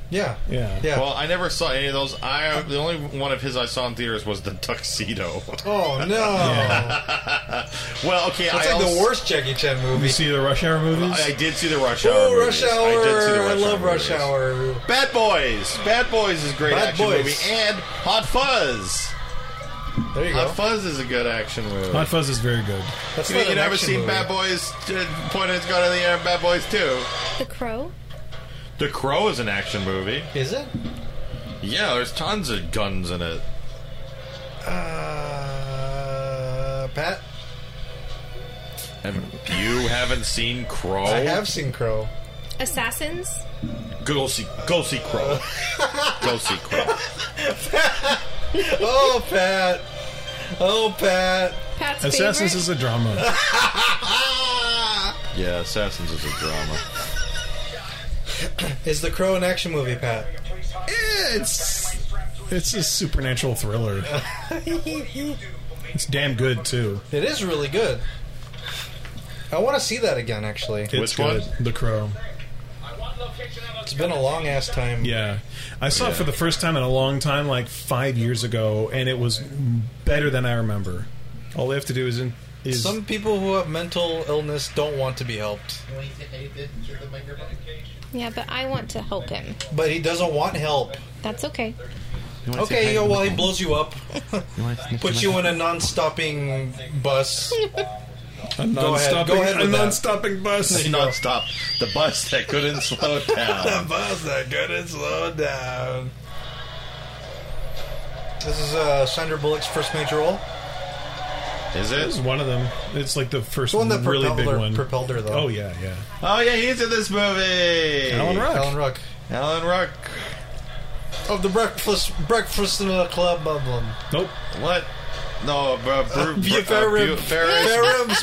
Speaker 4: yeah,
Speaker 3: Yeah.
Speaker 4: yeah.
Speaker 1: Well, I never saw any of those. I the only one of his I saw in theaters was the Tuxedo.
Speaker 4: oh no,
Speaker 1: well, okay,
Speaker 4: that's
Speaker 1: I
Speaker 4: like
Speaker 1: also,
Speaker 4: the worst Jackie Chan movie.
Speaker 3: You see the Rush Hour movies?
Speaker 1: I did see the Rush Hour.
Speaker 4: Oh, Rush
Speaker 1: movies.
Speaker 4: Hour!
Speaker 1: I, did see the Rush
Speaker 4: I love
Speaker 1: Hour
Speaker 4: Rush
Speaker 1: movies.
Speaker 4: Hour.
Speaker 1: Bad Boys. Bad Boys is a great
Speaker 4: Bad
Speaker 1: action
Speaker 4: Boys.
Speaker 1: movie, and Hot Fuzz.
Speaker 4: There you go.
Speaker 1: Hot Fuzz is a good action movie.
Speaker 3: Hot Fuzz is very good.
Speaker 4: That's
Speaker 1: Uh, you mean
Speaker 4: not
Speaker 1: you
Speaker 4: an
Speaker 1: never
Speaker 4: action
Speaker 1: seen
Speaker 4: movie.
Speaker 1: Bad Boys? uh, Point has gone in the air. Bad Boys Two.
Speaker 2: The crow.
Speaker 1: The Crow is an action movie.
Speaker 4: Is it?
Speaker 1: Yeah, there's tons of guns in it.
Speaker 4: Uh, Pat,
Speaker 1: Haven't- you haven't seen Crow?
Speaker 4: I have seen Crow.
Speaker 2: Assassins.
Speaker 1: Go see, go see Crow. go see Crow.
Speaker 4: Oh, Pat. Oh, Pat.
Speaker 2: Pat's
Speaker 3: Assassins
Speaker 2: favorite.
Speaker 3: is a drama.
Speaker 1: Yeah, Assassins is a drama.
Speaker 4: Is the Crow an action movie, Pat?
Speaker 3: it's it's a supernatural thriller. it's damn good too.
Speaker 4: It is really good. I want to see that again. Actually,
Speaker 3: It's
Speaker 1: Which one?
Speaker 3: good. The Crow.
Speaker 4: it's been a long ass time.
Speaker 3: Yeah, I saw it for the first time in a long time, like five years ago, and it was better than I remember. All they have to do is in, is
Speaker 4: Some people who have mental illness don't want to be helped,
Speaker 2: yeah, but I want to help him.
Speaker 4: but he doesn't want help.
Speaker 2: That's okay.
Speaker 4: Okay, yo, well, he blows you up, puts you in a non-stopping bus.
Speaker 3: a
Speaker 4: Go ahead-
Speaker 3: non-stopping,
Speaker 4: go ahead
Speaker 3: a
Speaker 4: with that.
Speaker 3: non-stopping bus.
Speaker 1: Non-stop. The bus that couldn't slow down.
Speaker 4: bus that couldn't slow down. This is uh, Sandra Bullock's first major role.
Speaker 1: Is
Speaker 3: It's
Speaker 1: it?
Speaker 3: one of them. It's like the first
Speaker 4: The one that
Speaker 3: really
Speaker 4: propeller,
Speaker 3: big one.
Speaker 4: propelled her, though.
Speaker 3: Oh yeah, yeah.
Speaker 1: Oh yeah, he's in this movie.
Speaker 3: Alan Ruck.
Speaker 4: Alan Ruck
Speaker 1: Alan Ruck.
Speaker 4: of the Breakfast Breakfast Club Bubbling.
Speaker 3: Nope.
Speaker 1: What? No, uh, Bru- Bru- uh, Bu- Ferris.
Speaker 4: Ferris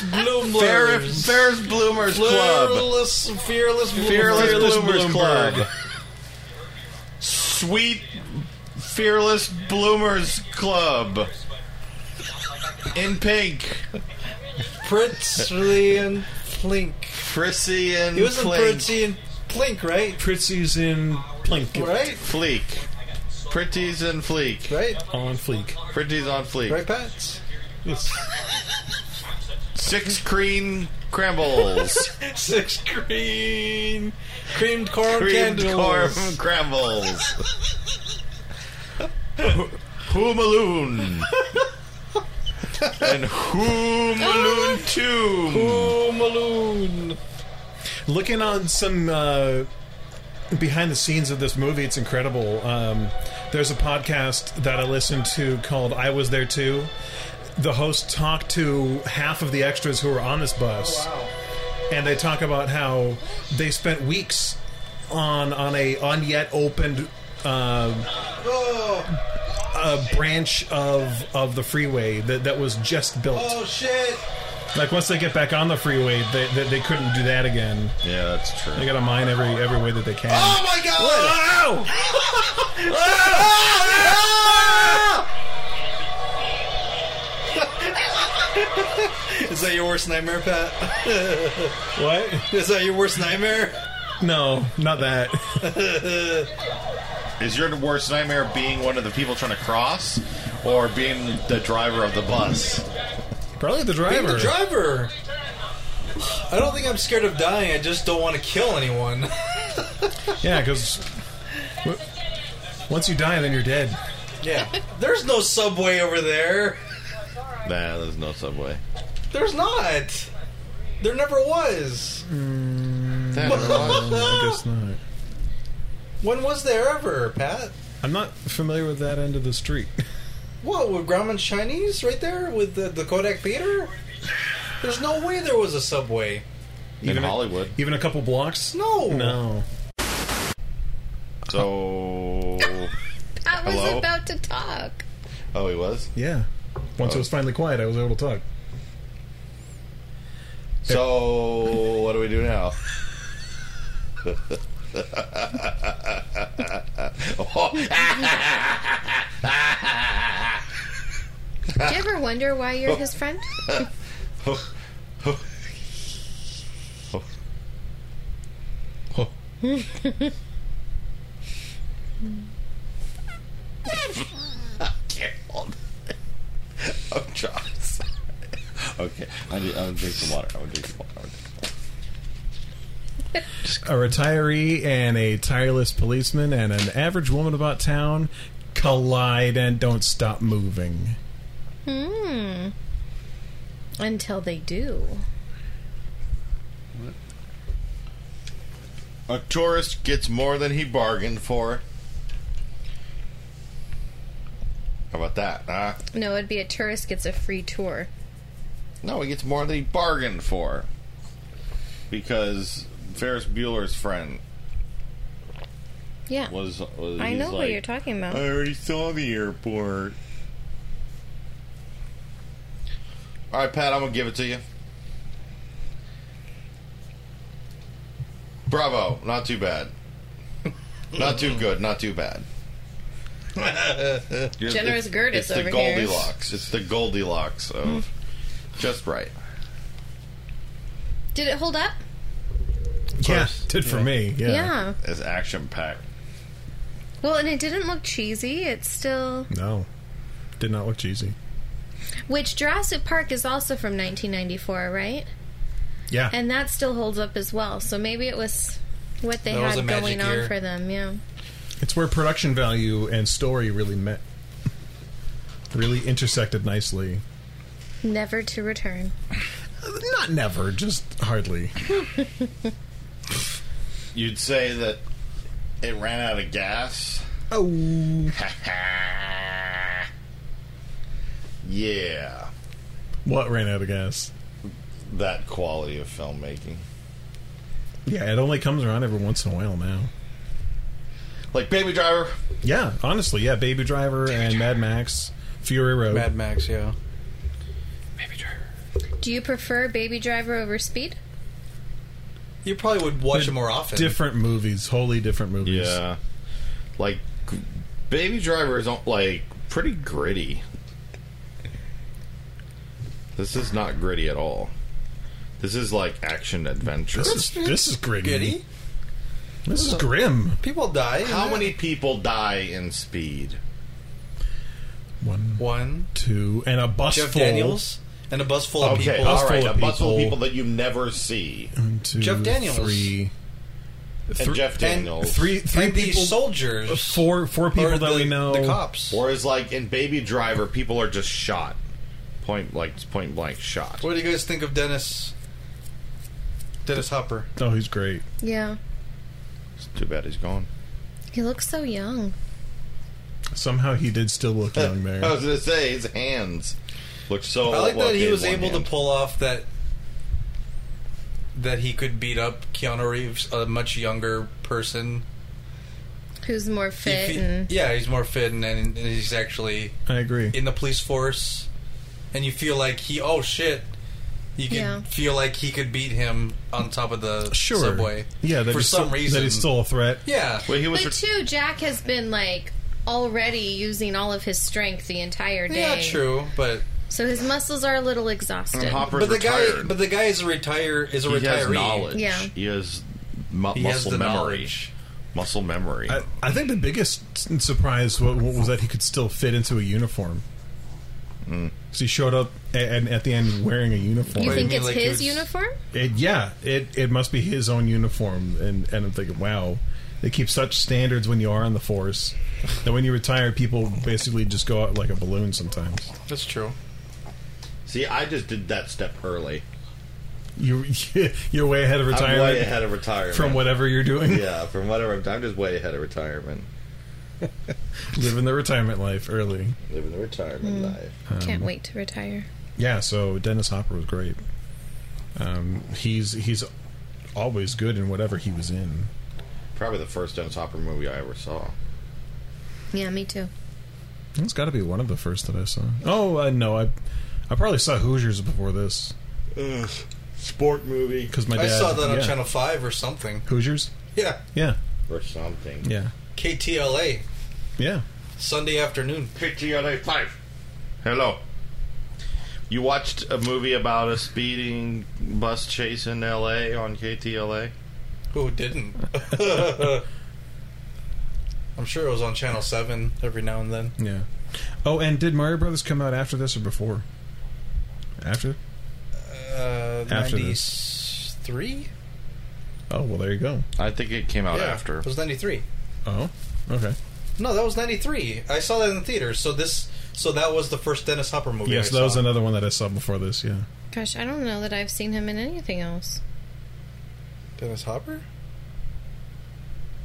Speaker 4: Bloomblers.
Speaker 1: Ferris. Ferris Bloomers Club.
Speaker 4: Fearless, fearless, Bloomblers.
Speaker 1: Fearless,
Speaker 3: Fearless
Speaker 1: Bloomers
Speaker 3: Bloomberg.
Speaker 1: Club. Sweet Fearless Bloomers Club. In pink.
Speaker 4: Pritzly and Plink.
Speaker 1: Prissy and
Speaker 4: He was in
Speaker 1: Flink.
Speaker 4: Pritzy and Plink, right?
Speaker 3: Pritzy's in Plink.
Speaker 4: Right?
Speaker 1: Fleek. Pretty's and Fleek.
Speaker 4: Right?
Speaker 3: On fleek.
Speaker 1: Pretty's on Fleek.
Speaker 4: Right, Pat?
Speaker 3: Yes.
Speaker 1: Six cream crumbles.
Speaker 4: Six green creamed corn
Speaker 1: cream
Speaker 4: candles.
Speaker 1: corn crumbles. Hoomaloon. and Hoomaloon 2.
Speaker 4: Oh, Maloon.
Speaker 3: Looking on some uh, behind the scenes of this movie, it's incredible. Um, there's a podcast that I listen to called "I Was There Too." The host talked to half of the extras who were on this bus, and they talk about how they spent weeks on on a on yet opened. Uh,
Speaker 4: Oh,
Speaker 3: a branch of of the freeway that, that was just built.
Speaker 4: oh, shit.
Speaker 3: Like once they get back on the freeway, they, they, they couldn't do that again.
Speaker 1: Yeah, that's true.
Speaker 3: They gotta mine every every way that they can.
Speaker 4: Oh, my God. Oh,
Speaker 3: Ow!
Speaker 4: Ah! Is that your worst nightmare, Pat?
Speaker 3: What?
Speaker 4: Is that your worst nightmare?
Speaker 3: No, not that.
Speaker 1: Is your worst nightmare being one of the people trying to cross, or being the driver of the bus?
Speaker 3: Probably the driver.
Speaker 4: Being the driver. I don't think I'm scared of dying. I just don't want to kill anyone.
Speaker 3: Yeah, because once you die, then you're dead.
Speaker 4: yeah. There's no subway over there.
Speaker 1: Nah, there's no subway.
Speaker 4: There's not. There never was. Mm,
Speaker 3: I guess not.
Speaker 4: When was there ever, Pat?
Speaker 3: I'm not familiar with that end of the street.
Speaker 4: What, with Grauman's Chinese right there with the, the Kodak Theater? There's no way there was a subway.
Speaker 1: in
Speaker 3: Even a-
Speaker 1: Hollywood.
Speaker 3: Even a couple blocks?
Speaker 4: No.
Speaker 3: No.
Speaker 1: So,
Speaker 2: I was
Speaker 1: Hello?
Speaker 2: about to talk.
Speaker 1: oh, he was.
Speaker 3: Yeah. Once it
Speaker 1: Oh.
Speaker 3: was finally quiet, I was able to talk.
Speaker 1: So, what do we do now?
Speaker 2: Do
Speaker 1: Ah.
Speaker 2: you ever wonder why
Speaker 1: Oh.
Speaker 2: you're his friend?
Speaker 1: Can't hold. it. I'm Josh. Okay, I need, I'm gonna drink some water. I'm gonna drink some water. I'm gonna drink some water.
Speaker 3: A retiree and a tireless policeman and an average woman about town collide and don't stop moving.
Speaker 2: Hmm. Until they do.
Speaker 1: A tourist gets more than he bargained for. How about that, huh?
Speaker 2: No, it'd be a tourist gets a free tour.
Speaker 1: No, he gets more than he bargained for. Because Ferris Bueller's friend
Speaker 2: Yeah.
Speaker 1: was. was
Speaker 2: I
Speaker 1: he's
Speaker 2: know what
Speaker 1: like, uh,
Speaker 2: you're talking about.
Speaker 1: I already saw the airport. All right, Pat, I'm gonna give it to you. Bravo! Not too bad. not too good. Not too bad. You're-
Speaker 2: Generous
Speaker 1: it's-
Speaker 2: Gertis
Speaker 1: It's the
Speaker 2: over here. Hmm.
Speaker 1: Goldilocks. It's the Goldilocks of just right.
Speaker 2: Did it hold up?
Speaker 3: Yeah, did for me. Yeah.
Speaker 1: It's action packed.
Speaker 2: Well, and it didn't look cheesy. It's still.
Speaker 3: No, did not look cheesy.
Speaker 2: Which Jurassic Park is also from 1994, right?
Speaker 3: Yeah,
Speaker 2: And that still holds up as well. So maybe it was what they
Speaker 4: That was a
Speaker 2: had
Speaker 4: magic
Speaker 2: going on
Speaker 4: year.
Speaker 2: for them. Yeah.
Speaker 3: it's where production value and story really met, really intersected nicely.
Speaker 2: Never to return.
Speaker 3: Not never, just hardly.
Speaker 1: You'd say that it ran out of gas.
Speaker 3: Oh,
Speaker 1: yeah,
Speaker 3: what ran out of gas?
Speaker 1: that quality of filmmaking.
Speaker 3: Yeah, it only comes around every once in a while now.
Speaker 1: Like Baby Driver,
Speaker 3: Yeah, honestly, yeah. Baby Driver and Mad Max, Fury Road.
Speaker 4: Mad Max, yeah.
Speaker 2: Do you prefer Baby Driver over Speed?
Speaker 4: You probably would watch it more often.
Speaker 3: different movies, wholly different movies.
Speaker 1: Yeah. Like Baby Driver is like pretty gritty. This is not gritty at all. This is like action adventure.
Speaker 3: This is this is gritty.
Speaker 4: Giddy.
Speaker 3: This is grim.
Speaker 4: People die.
Speaker 1: How
Speaker 4: yeah.
Speaker 1: many people die in Speed?
Speaker 3: One,
Speaker 4: One.
Speaker 3: two, and a bus
Speaker 4: Jeff
Speaker 3: full.
Speaker 4: Daniels. And a bus full of
Speaker 1: Okay,
Speaker 4: people.
Speaker 3: Bus
Speaker 1: all right,
Speaker 3: full
Speaker 1: a
Speaker 3: of
Speaker 1: bus full of
Speaker 3: people.
Speaker 1: people that you never see, and
Speaker 3: One, two,
Speaker 4: Jeff Daniels.
Speaker 3: Three. Thr-
Speaker 1: Jeff Daniels,
Speaker 3: Three, three
Speaker 4: and
Speaker 3: people.
Speaker 4: the soldiers.
Speaker 3: four, four people
Speaker 4: or
Speaker 3: that
Speaker 4: the,
Speaker 3: we know.
Speaker 4: The cops.
Speaker 1: Whereas, like in Baby Driver, people are just shot, point like point blank shot.
Speaker 4: What do you guys think of Dennis? Dennis Hopper.
Speaker 3: Oh, he's great.
Speaker 2: Yeah.
Speaker 1: It's too bad he's gone.
Speaker 2: He looks so young.
Speaker 3: Somehow he did still look
Speaker 4: Uh,
Speaker 3: young there.
Speaker 1: I was gonna say his hands looked so.
Speaker 4: I like
Speaker 1: Oh, well,
Speaker 4: that he
Speaker 1: did
Speaker 4: was
Speaker 1: one
Speaker 4: able
Speaker 1: hand.
Speaker 4: to pull off that that he could beat up Keanu Reeves, a much younger person.
Speaker 2: Who's more
Speaker 4: He
Speaker 2: fit
Speaker 4: fe-
Speaker 2: and.
Speaker 4: yeah, he's more fit and, and he's actually
Speaker 3: I agree.
Speaker 4: in the police force, and you feel like he oh shit, you could
Speaker 2: Yeah.
Speaker 4: feel like he could beat him on top of the
Speaker 3: sure.
Speaker 4: subway.
Speaker 3: Yeah, that
Speaker 4: for
Speaker 3: he's
Speaker 4: some
Speaker 3: still,
Speaker 4: reason
Speaker 3: that he's still a threat.
Speaker 4: yeah.
Speaker 1: Well, he was.
Speaker 2: But too, Jack has been like already using all of his strength the entire day.
Speaker 4: Yeah, true, but
Speaker 2: So his muscles are a little exhausted.
Speaker 5: And Hopper's
Speaker 4: But the
Speaker 5: retired.
Speaker 4: guy, but the guy is a retire is a
Speaker 5: he
Speaker 4: retiree.
Speaker 5: has knowledge.
Speaker 2: Yeah.
Speaker 5: He has mu-
Speaker 6: He has
Speaker 5: muscle
Speaker 6: the
Speaker 5: memory.
Speaker 6: knowledge.
Speaker 5: Muscle memory.
Speaker 3: I, I think the biggest s- surprise was, was that he could still fit into a uniform.
Speaker 4: Mm.
Speaker 3: Because he showed up and at the end wearing a uniform.
Speaker 2: you
Speaker 4: Wait,
Speaker 2: think
Speaker 4: you
Speaker 2: it's
Speaker 4: mean like he
Speaker 2: his
Speaker 4: was-
Speaker 2: uniform?
Speaker 3: It- yeah, it, it must be his own uniform. And, and I'm thinking, wow, they keep such standards when you are on the force that when you retire, people basically just go out like a balloon sometimes.
Speaker 6: That's true.
Speaker 1: See, I just did that step early.
Speaker 3: You, you're way ahead of retirement
Speaker 1: I'm way ahead of retirement.
Speaker 3: from whatever you're doing.
Speaker 1: Yeah, from whatever. I'm, I'm just way ahead of retirement.
Speaker 3: Living the retirement life early.
Speaker 1: Living the retirement life.
Speaker 4: um,
Speaker 2: Can't wait to retire.
Speaker 3: Yeah, so Dennis Hopper was great. Um, he's he's always good in whatever he was in.
Speaker 1: Probably the first Dennis Hopper movie I ever saw.
Speaker 2: Yeah, me too.
Speaker 3: It's got to be one of the first that I saw. Oh, uh, no, I I probably saw Hoosiers before this
Speaker 1: Sport movie.
Speaker 3: because my
Speaker 4: I
Speaker 3: dad
Speaker 4: saw that on
Speaker 3: yeah.
Speaker 4: Channel Five or something.
Speaker 3: Hoosiers.
Speaker 4: Yeah,
Speaker 3: Yeah,
Speaker 1: Or something.
Speaker 3: yeah,
Speaker 4: KTLA
Speaker 3: yeah.
Speaker 4: Sunday afternoon.
Speaker 5: KTLA 5. Hello. You watched a movie about a speeding bus chase in LA on KTLA?
Speaker 4: Who didn't? I'm sure it was on Channel Seven every now and then.
Speaker 3: Yeah. Oh, and did Mario Brothers come out after this or before? After.
Speaker 4: Uh,
Speaker 3: After
Speaker 4: Ninety-three.
Speaker 3: Oh well, there you go.
Speaker 5: I think it came out
Speaker 4: yeah,
Speaker 5: after.
Speaker 4: it was ninety-three.
Speaker 3: Oh, okay.
Speaker 4: No, that was ninety-three. I saw that in the theater. So this, so that was the first Dennis Hopper movie.
Speaker 3: Yes,
Speaker 4: I
Speaker 3: that was
Speaker 4: saw.
Speaker 3: another one that I saw before this. Yeah.
Speaker 2: Gosh, I don't know that I've seen him in anything else.
Speaker 4: Dennis Hopper.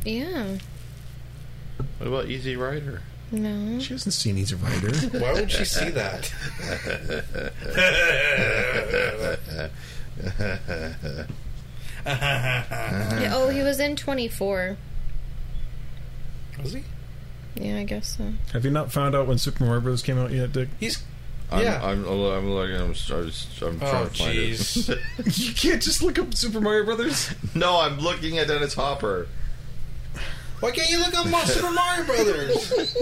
Speaker 2: Yeah.
Speaker 5: What about Easy Rider?
Speaker 2: No.
Speaker 3: She hasn't seen Easy Rider.
Speaker 4: Why would she see that?
Speaker 2: Yeah, oh, he was in 24.
Speaker 4: Was he?
Speaker 2: Yeah, I guess so.
Speaker 3: Have you not found out when Super Mario Brothers came out yet, Dick?
Speaker 4: He's
Speaker 1: I'm,
Speaker 4: Yeah.
Speaker 1: I'm, I'm, I'm looking. I'm, I'm, I'm trying
Speaker 4: oh
Speaker 1: to find it.
Speaker 4: jeez.
Speaker 3: You can't just look up Super Mario Brothers.
Speaker 1: No, I'm looking at Dennis Hopper.
Speaker 4: Why can't you look up Mo- Super Mario Brothers?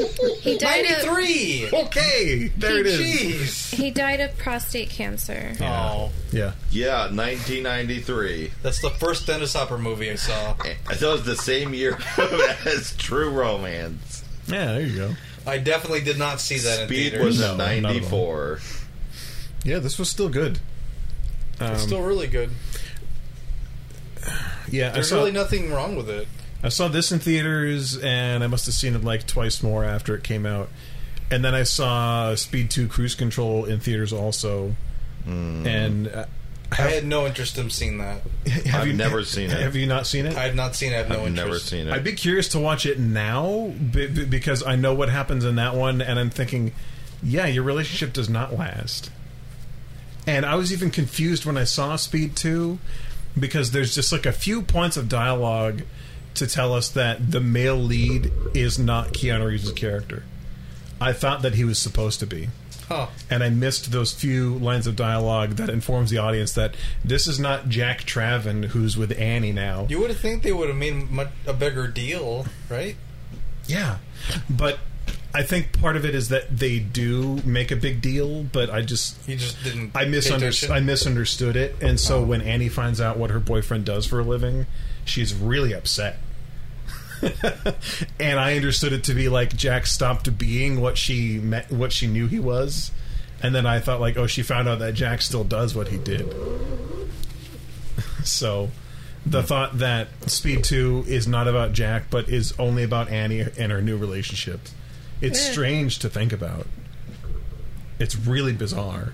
Speaker 2: He died of
Speaker 4: Ninety-three.
Speaker 3: Okay, there it is.
Speaker 4: Jeez.
Speaker 2: he died of prostate cancer.
Speaker 4: Oh,
Speaker 3: Yeah,
Speaker 1: Yeah, 1993.
Speaker 4: that's the first Dennis Hopper movie I saw.
Speaker 1: That was the same year as True Romance.
Speaker 3: yeah. There you go.
Speaker 4: I definitely did not see that in
Speaker 1: Speed was
Speaker 4: theaters.
Speaker 3: No,
Speaker 1: in
Speaker 3: not at all.
Speaker 1: 94.
Speaker 3: Yeah, this was still good.
Speaker 4: It's still really good.
Speaker 3: Yeah, Um, I
Speaker 4: There's
Speaker 3: saw.
Speaker 4: really nothing wrong with it.
Speaker 3: I saw this in theaters, and I must have seen it like twice more after it came out. And then I saw Speed Two Cruise Control in theaters also.
Speaker 1: Hmm.
Speaker 3: And uh,
Speaker 4: I had no interest in seeing that.
Speaker 3: have
Speaker 1: I've
Speaker 3: you
Speaker 1: never seen it.
Speaker 3: Have you not seen it?
Speaker 4: I have not seen. it. I have no
Speaker 1: I've
Speaker 4: interest.
Speaker 1: never seen
Speaker 3: I'd
Speaker 1: it.
Speaker 3: be curious to watch it now b- b- because I know what happens in that one, and I'm thinking, yeah, your relationship does not last. And I was even confused when I saw Speed 2 because there's just like a few points of dialogue to tell us that the male lead is not Keanu Reeves' character. I thought that he was supposed to be
Speaker 4: Huh.
Speaker 3: and I missed those few lines of dialogue that informs the audience that this is not Jack Traven who's with Annie now.
Speaker 4: You would have think they would have made much, a bigger deal, right?
Speaker 3: yeah, but I think part of it is that they do make a big deal, but I just
Speaker 4: He just didn't.
Speaker 3: I
Speaker 4: pay
Speaker 3: misunderstood
Speaker 4: attention.
Speaker 3: I misunderstood it, and so when Annie finds out what her boyfriend does for a living, she's really upset. and I understood it to be like Jack stopped being what she met, what she knew he was, and then I thought like, oh, she found out that Jack still does what he did. so, the thought that Speed Two is not about Jack, but is only about Annie and her new relationship. It's
Speaker 2: Yeah.
Speaker 3: strange to think about. It's really bizarre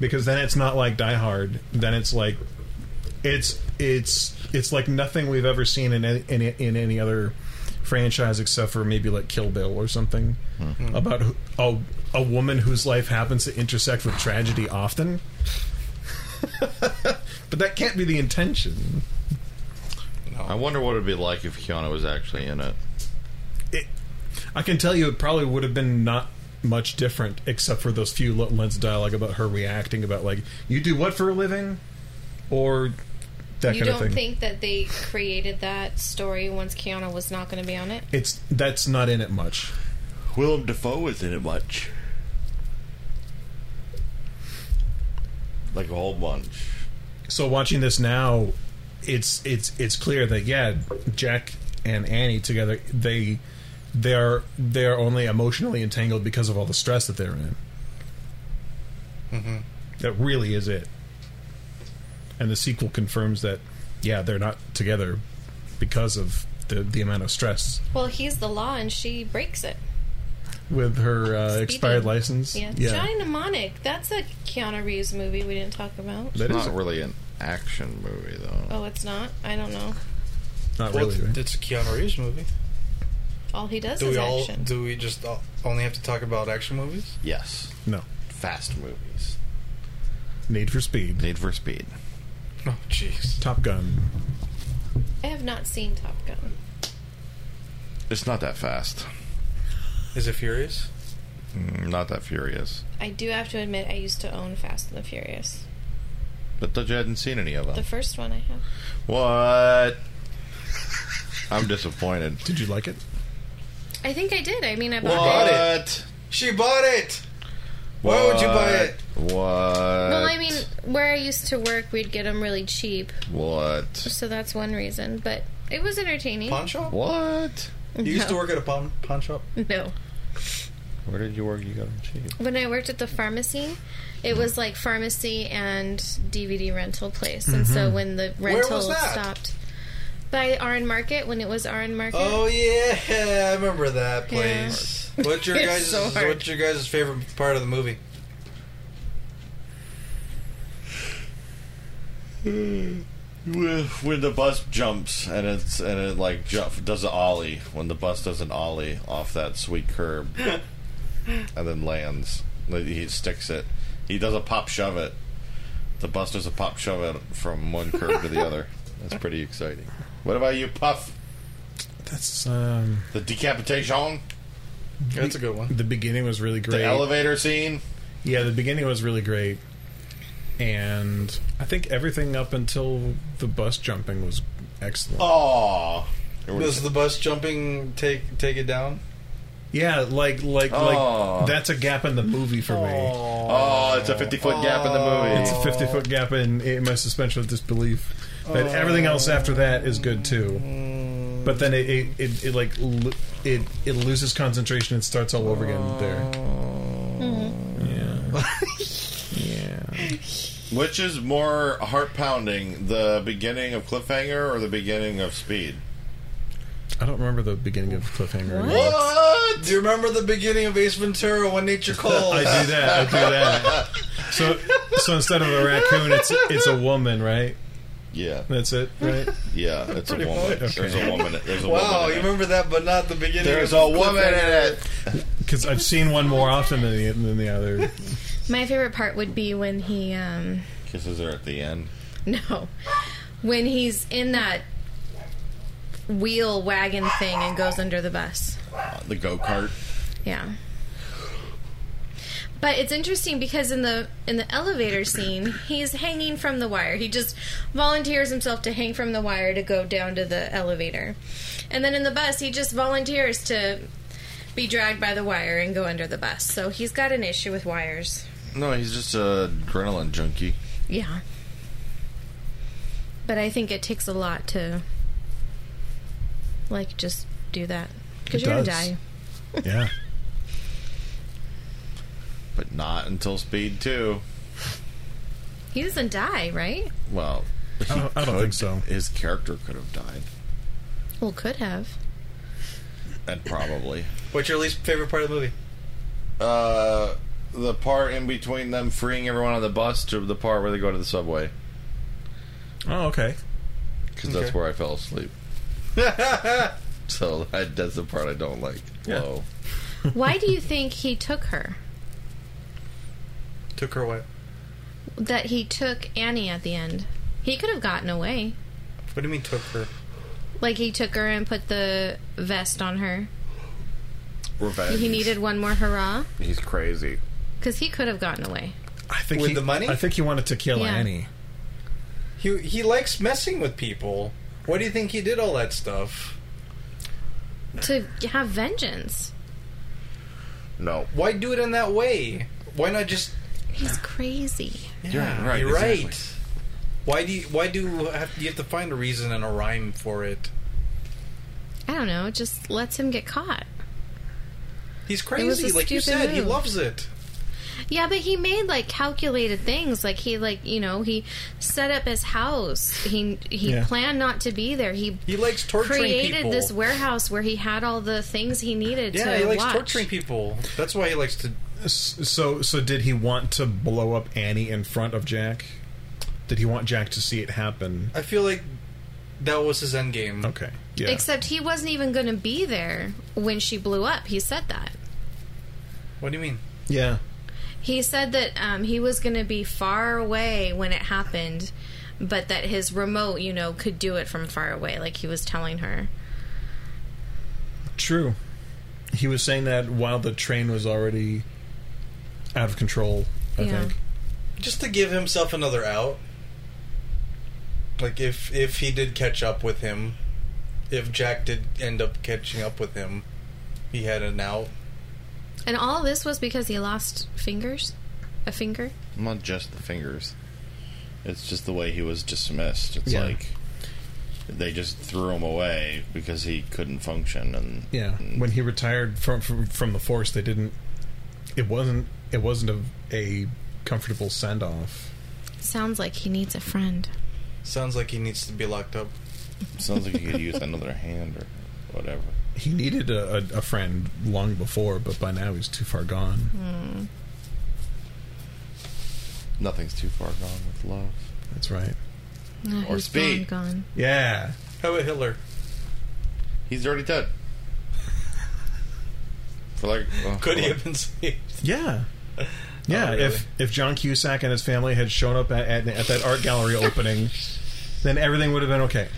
Speaker 3: because then it's not like Die Hard. Then it's like it's it's it's like nothing we've ever seen in any, in, in any other franchise except for maybe like Kill Bill or something about who, a a woman whose life happens to intersect with tragedy often. but that can't be the intention.
Speaker 1: I wonder what it'd be like if Keanu was actually in it.
Speaker 3: It, I can tell you, it probably would have been not much different except for those few lo- lines of dialogue about her reacting about like you do what for a living or that
Speaker 2: You
Speaker 3: kind of
Speaker 2: don't
Speaker 3: thing
Speaker 2: think that they created that story once Keanu was not going to be on it?
Speaker 3: it's that's not in it much
Speaker 1: Willem Dafoe was in it much. like a whole bunch.
Speaker 3: So watching this now, it's it's it's clear that yeah, Jack and Annie together they they're they're only emotionally entangled because of all the stress that they're in. Mm-hmm. That really is it. And the sequel confirms that yeah, they're not together because of the the amount of stress
Speaker 2: Well, he's the law and she breaks it.
Speaker 3: with her uh,
Speaker 2: Speeding.
Speaker 3: expired license.
Speaker 2: Yeah. Johnny Mnemonic. That's a Keanu Reeves movie we didn't talk about.
Speaker 1: It's
Speaker 3: That is
Speaker 1: not really an action movie though.
Speaker 2: Oh, it's not? I don't know.
Speaker 3: not
Speaker 4: Well,
Speaker 3: really. right?
Speaker 4: it's a Keanu Reeves movie.
Speaker 2: All he does
Speaker 4: Do
Speaker 2: is
Speaker 4: we all?
Speaker 2: action.
Speaker 4: Do we just all, only have to talk about action movies?
Speaker 1: Yes,
Speaker 3: No,
Speaker 1: fast movies.
Speaker 3: Need for Speed,
Speaker 1: Need for Speed.
Speaker 4: Oh, jeez.
Speaker 3: Top Gun.
Speaker 2: I have not seen Top Gun.
Speaker 1: It's not that fast.
Speaker 4: Is it Furious?
Speaker 1: Mm, Not that furious.
Speaker 2: I do have to admit, I used to own Fast and the Furious.
Speaker 1: But thought you hadn't seen any of
Speaker 2: The
Speaker 1: them.
Speaker 2: first one I have.
Speaker 1: What? I'm disappointed.
Speaker 3: Did you like it?
Speaker 2: I think I did. I mean, I bought
Speaker 1: What?
Speaker 2: it.
Speaker 4: She bought it. Why would you buy it?
Speaker 1: What?
Speaker 2: Well, I mean, where I used to work, we'd get them really cheap.
Speaker 1: What?
Speaker 2: So that's one reason. But it was entertaining.
Speaker 4: Pawn shop.
Speaker 1: What?
Speaker 4: You used to work at a pawn pawn shop.
Speaker 2: No.
Speaker 1: Where did you work? You got them cheap.
Speaker 2: When I worked at the pharmacy, it was like pharmacy and DVD rental place. And
Speaker 1: Mm-hmm.
Speaker 2: so when the rental
Speaker 4: was that?
Speaker 2: stopped by Arn Market, when it was Arn Market,
Speaker 4: Oh yeah, I remember that
Speaker 2: Yeah.
Speaker 4: place. What's your
Speaker 2: It's
Speaker 4: guys?
Speaker 2: so hard.
Speaker 4: what's your guys' favorite part of the movie?
Speaker 1: When the bus jumps and it's and it like jump, does an ollie when the bus does an ollie off that sweet curb and then lands. Like, He sticks it. He does a pop shove it. The bus does a pop shove it from one curb to the other. That's pretty exciting. What about you, Puff?
Speaker 3: That's um,
Speaker 1: The decapitation,
Speaker 4: That's a good one.
Speaker 3: the beginning was really
Speaker 1: the
Speaker 3: great.
Speaker 1: elevator scene.
Speaker 3: Yeah, the beginning was really great, and I think everything up until the bus jumping was excellent.
Speaker 1: Oh,
Speaker 4: Does the bus jumping take take it down?
Speaker 3: Yeah, like like
Speaker 1: Aw.
Speaker 3: like that's a gap in the movie for me.
Speaker 1: oh, it's a fifty foot gap in the movie.
Speaker 3: It's a fifty foot gap in, in my suspension of disbelief. But everything
Speaker 1: Oh.
Speaker 3: else after that is good too.
Speaker 1: Mm.
Speaker 3: But then it it, it, it like lo- it it loses concentration and starts all over again
Speaker 1: Oh.
Speaker 3: there. Yeah. yeah.
Speaker 1: Which is more heart pounding, the beginning of Cliffhanger or the beginning of Speed?
Speaker 3: I don't remember the beginning of Cliffhanger.
Speaker 1: What?
Speaker 4: Do you remember the beginning of Ace Ventura when nature calls?
Speaker 3: I do that. I do that. So, so instead of a raccoon, it's it's a woman, right?
Speaker 1: Yeah,
Speaker 3: That's it, right?
Speaker 1: yeah, it's a woman.
Speaker 3: much.
Speaker 1: There's a woman. There's a
Speaker 4: Wow,
Speaker 1: woman. in
Speaker 4: you
Speaker 1: it.
Speaker 4: remember that, but not the beginning.
Speaker 1: There's
Speaker 4: of
Speaker 1: a woman in it.
Speaker 3: Because I've seen one more often than the, than the other.
Speaker 2: my favorite part would be when he, um,
Speaker 1: Kisses her at the end.
Speaker 2: no, when he's in that wheel wagon thing and goes under the bus.
Speaker 1: Uh, The go kart.
Speaker 2: Yeah. But it's interesting because in the in the elevator scene, he's hanging from the wire. He just volunteers himself to hang from the wire to go down to the elevator. And then in the bus, he just volunteers to be dragged by the wire and go under the bus. So he's got an issue with wires.
Speaker 1: No, he's just a adrenaline junkie.
Speaker 2: Yeah. But I think it takes a lot to like just do that cuz
Speaker 3: It
Speaker 2: you're going to
Speaker 3: does.
Speaker 2: die.
Speaker 3: Yeah.
Speaker 1: But not until Speed 2.
Speaker 2: He doesn't die, right?
Speaker 1: Well,
Speaker 3: I don't, I don't think so.
Speaker 1: his character could have died.
Speaker 2: Well, could have.
Speaker 1: And probably.
Speaker 4: What's your least favorite part of the movie?
Speaker 1: Uh, the part in between them freeing everyone on the bus to the part where they go to the subway.
Speaker 3: Oh, okay.
Speaker 1: because that's where I fell asleep. so I, that's the part I don't like.
Speaker 3: Yeah.
Speaker 1: Whoa.
Speaker 2: Why do you think he took her?
Speaker 4: Took her away.
Speaker 2: That he took Annie at the end? He could have gotten away.
Speaker 4: What do you mean took her?
Speaker 2: Like he took her and put the vest on her.
Speaker 1: Revenge.
Speaker 2: He needed one more hurrah
Speaker 1: He's crazy.
Speaker 2: because he could have gotten away.
Speaker 3: I think
Speaker 4: With
Speaker 3: he,
Speaker 4: the money?
Speaker 3: I think he wanted to kill
Speaker 2: Yeah.
Speaker 3: Annie.
Speaker 4: He he likes messing with people. Why do you think he did all that stuff?
Speaker 2: To have vengeance.
Speaker 1: No.
Speaker 4: Why do it in that way? Why not just
Speaker 2: He's crazy.
Speaker 1: Yeah, right,
Speaker 4: You're right.
Speaker 1: exactly.
Speaker 4: Why do you, why do you have, you have to find a reason and a rhyme for it?
Speaker 2: I don't know. It just lets him get caught.
Speaker 4: He's
Speaker 2: It was a
Speaker 4: crazy, like you
Speaker 2: stupid
Speaker 4: said. He
Speaker 2: move.
Speaker 4: loves it.
Speaker 2: Yeah, but he made like calculated things. Like he like you know he set up his house. He he
Speaker 3: Yeah.
Speaker 2: planned not to be there. He
Speaker 4: He likes torturing
Speaker 2: created
Speaker 4: people.
Speaker 2: this warehouse where he had all the things he needed
Speaker 4: yeah,
Speaker 2: to
Speaker 4: he likes
Speaker 2: watch.
Speaker 4: torturing people. That's why he likes to.
Speaker 3: So, so did he want to blow up Annie in front of Jack? Did he want Jack to see it happen?
Speaker 4: I feel like that was his end game.
Speaker 3: Okay. Yeah.
Speaker 2: Except he wasn't even going to be there when she blew up. He said that.
Speaker 4: What do you mean?
Speaker 3: yeah.
Speaker 2: He said that um, he was going to be far away when it happened, but that his remote, you know, could do it from far away, like he was telling her.
Speaker 3: True. He was saying that while the train was already out of control. I
Speaker 2: Yeah.
Speaker 3: think.
Speaker 4: Just to give himself another out. Like if if he did catch up with him, if Jack did end up catching up with him, he had an out.
Speaker 2: And all this was because he lost fingers? A finger?
Speaker 1: Not just the fingers. It's just the way he was dismissed. It's
Speaker 3: Yeah.
Speaker 1: like they just threw him away because he couldn't function. And
Speaker 3: Yeah. When he retired from from, from the force, they didn't. It wasn't. It wasn't a, a comfortable send off.
Speaker 2: Sounds like he needs a friend.
Speaker 4: Sounds like he needs to be locked up.
Speaker 1: sounds like he could use another hand or whatever.
Speaker 3: He needed a, a, a friend long before, but by now he's too far gone.
Speaker 2: Hmm.
Speaker 1: Nothing's too far gone with love.
Speaker 3: That's right.
Speaker 2: No,
Speaker 1: Or
Speaker 2: he's
Speaker 1: speed.
Speaker 2: Gone,
Speaker 3: Yeah.
Speaker 4: How about Hitler?
Speaker 1: He's already dead. For like, well,
Speaker 4: Could he
Speaker 1: for
Speaker 4: have been saved?
Speaker 3: Yeah. Yeah,
Speaker 4: Oh, really?
Speaker 3: if if John Cusack and his family had shown up at, at, at that art gallery opening, then everything would have been okay.
Speaker 1: like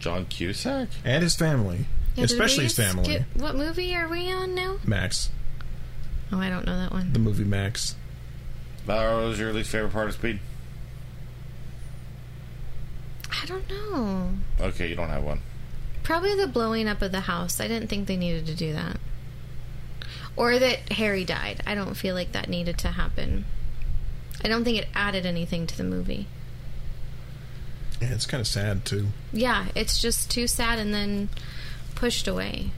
Speaker 1: John Cusack?
Speaker 3: And his family,
Speaker 2: Yeah, did
Speaker 3: especially
Speaker 2: we
Speaker 3: his family,
Speaker 2: skip- what movie are we on now?
Speaker 3: Max,
Speaker 2: Oh, I don't know that
Speaker 3: the
Speaker 2: one.
Speaker 3: movie Max.
Speaker 1: That was your least favorite part of Speed.
Speaker 2: I don't know.
Speaker 1: Okay, you don't have one.
Speaker 2: Probably the blowing up of the house. I didn't think they needed to do that. Or that Harry died. I don't feel like that needed to happen. I don't think it added anything to the movie.
Speaker 3: Yeah, it's kind of sad too.
Speaker 2: Yeah, it's just too sad and then pushed away.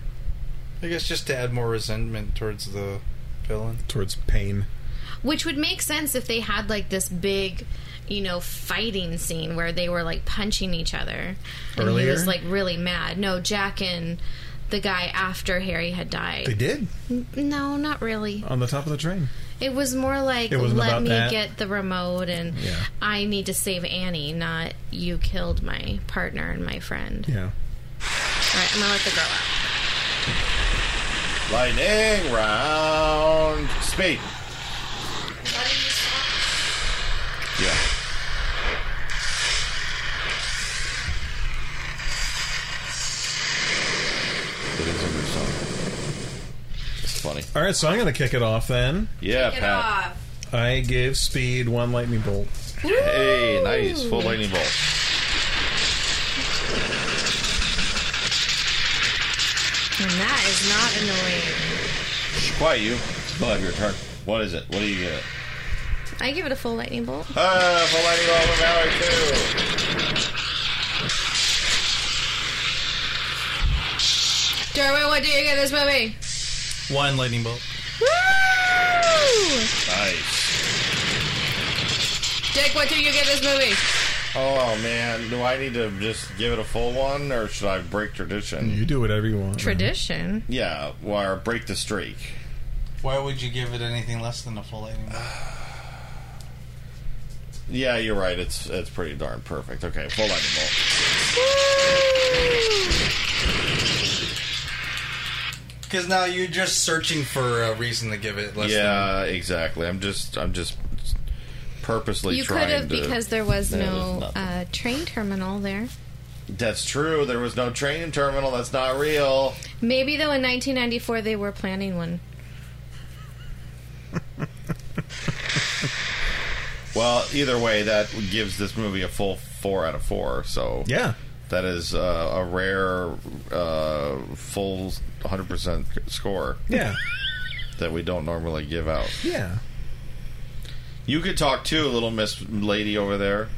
Speaker 4: I guess just to add more resentment towards the villain.
Speaker 3: Towards pain.
Speaker 2: Which would make sense if they had like this big, you know, fighting scene where they were like punching each other. And he
Speaker 3: Earlier?
Speaker 2: was like really mad. No, Jack and the guy after Harry had died.
Speaker 3: They did
Speaker 2: No, not really.
Speaker 3: on the top of the train.
Speaker 2: It was more like
Speaker 3: It wasn't
Speaker 2: let
Speaker 3: about
Speaker 2: me
Speaker 3: that.
Speaker 2: get the remote and
Speaker 3: Yeah.
Speaker 2: I need to save Annie, not you killed my partner and my friend.
Speaker 3: Yeah.
Speaker 2: All right, I'm gonna let the girl out.
Speaker 1: Lightning round speed. Yeah. It is a new song. It's funny.
Speaker 3: All right, so I'm gonna kick it off then.
Speaker 1: Yeah, Pat.
Speaker 3: I give Speed one lightning bolt.
Speaker 1: Hey, nice. Full lightning bolt.
Speaker 2: And that is not annoying.
Speaker 1: Quiet you. Bug, your turn. What is it? What do you get?
Speaker 2: I give it a full lightning bolt.
Speaker 1: Ah, full lightning bolt with Mallory too.
Speaker 2: Derwin, what do you get this movie?
Speaker 7: One lightning bolt.
Speaker 2: Woo!
Speaker 1: Nice.
Speaker 2: Dick, what do you get this movie?
Speaker 1: Oh man, do I need to just give it a full one, or should I break tradition?
Speaker 3: You do whatever you want.
Speaker 2: Tradition.
Speaker 1: Yeah, or break the streak.
Speaker 4: Why would you give it anything less than a full lightning bolt?
Speaker 1: Yeah, you're right. It's it's pretty darn perfect. Okay, full lightning bolt.
Speaker 4: Because now you're just searching for a reason to give it less
Speaker 1: Yeah, exactly. I'm just I'm just purposely
Speaker 2: You could
Speaker 1: trying
Speaker 2: have
Speaker 1: to.
Speaker 2: because there was
Speaker 1: Yeah,
Speaker 2: no
Speaker 1: there's nothing.
Speaker 2: uh, train terminal there.
Speaker 1: That's true. There was no train terminal. That's not real.
Speaker 2: Maybe though in 1994 they were planning one.
Speaker 1: Well, either way, that gives this movie a full four out of four. So
Speaker 3: Yeah.
Speaker 1: That is uh, a rare uh, full 100% score.
Speaker 3: Yeah.
Speaker 1: that we don't normally give out.
Speaker 3: Yeah.
Speaker 1: You could talk too, little Miss Lady over there.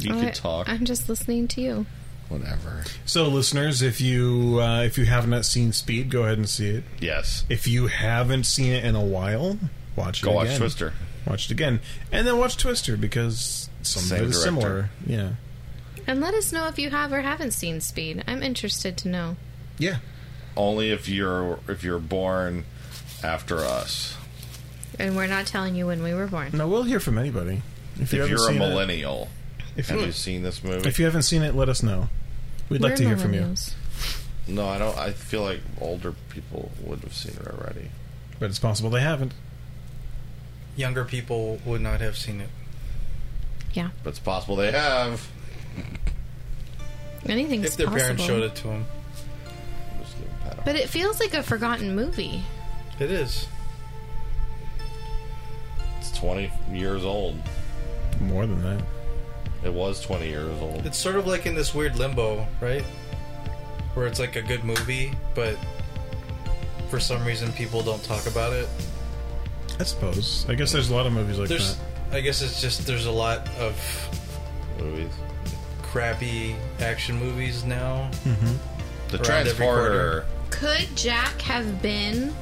Speaker 1: You
Speaker 2: I-
Speaker 1: could talk.
Speaker 2: I'm just listening to you.
Speaker 1: Whatever.
Speaker 3: So, listeners, if you uh, if you have not seen Speed, go ahead and see it.
Speaker 1: Yes.
Speaker 3: If you haven't seen it in a while, watch it.
Speaker 1: Go watch
Speaker 3: again.
Speaker 1: Twister.
Speaker 3: Watch it again, and then watch Twister because some
Speaker 1: Same
Speaker 3: of it is
Speaker 1: director.
Speaker 3: similar. Yeah.
Speaker 2: And let us know if you have or haven't seen Speed. I'm interested to know.
Speaker 3: Yeah.
Speaker 1: Only if you're if you're born after us.
Speaker 2: And we're not telling you when we were born.
Speaker 3: No, we'll hear from anybody. If, you
Speaker 1: if
Speaker 3: haven't
Speaker 1: you're a
Speaker 3: seen it-
Speaker 1: millennial
Speaker 3: if
Speaker 1: and
Speaker 3: you,
Speaker 1: you've seen this movie,
Speaker 3: if you haven't seen it, let us know. We'd
Speaker 2: We're
Speaker 3: like to hear from you,
Speaker 2: millennials.
Speaker 1: no, I don't. I feel like older people would have seen it already.
Speaker 3: but it's possible they haven't.
Speaker 4: Younger people would not have seen it.
Speaker 2: Yeah.
Speaker 1: But it's possible they have.
Speaker 2: Anything's
Speaker 4: if their
Speaker 2: possible.
Speaker 4: parents showed it to them.
Speaker 1: I'm just giving Pat a-
Speaker 2: But it feels like a forgotten movie.
Speaker 4: It is.
Speaker 1: It's 20 years old.
Speaker 3: More than that.
Speaker 1: It was 20 years old.
Speaker 4: It's sort of like in this weird limbo, right? Where it's like a good movie, but for some reason people don't talk about it.
Speaker 3: I suppose. I guess there's a lot of movies like
Speaker 4: There's,
Speaker 3: that.
Speaker 4: I guess it's just there's a lot of
Speaker 1: movies.
Speaker 4: crappy action movies now.
Speaker 3: Hmm.
Speaker 1: The
Speaker 4: Around every
Speaker 1: Transporter.
Speaker 4: corner.
Speaker 2: Could Jack have been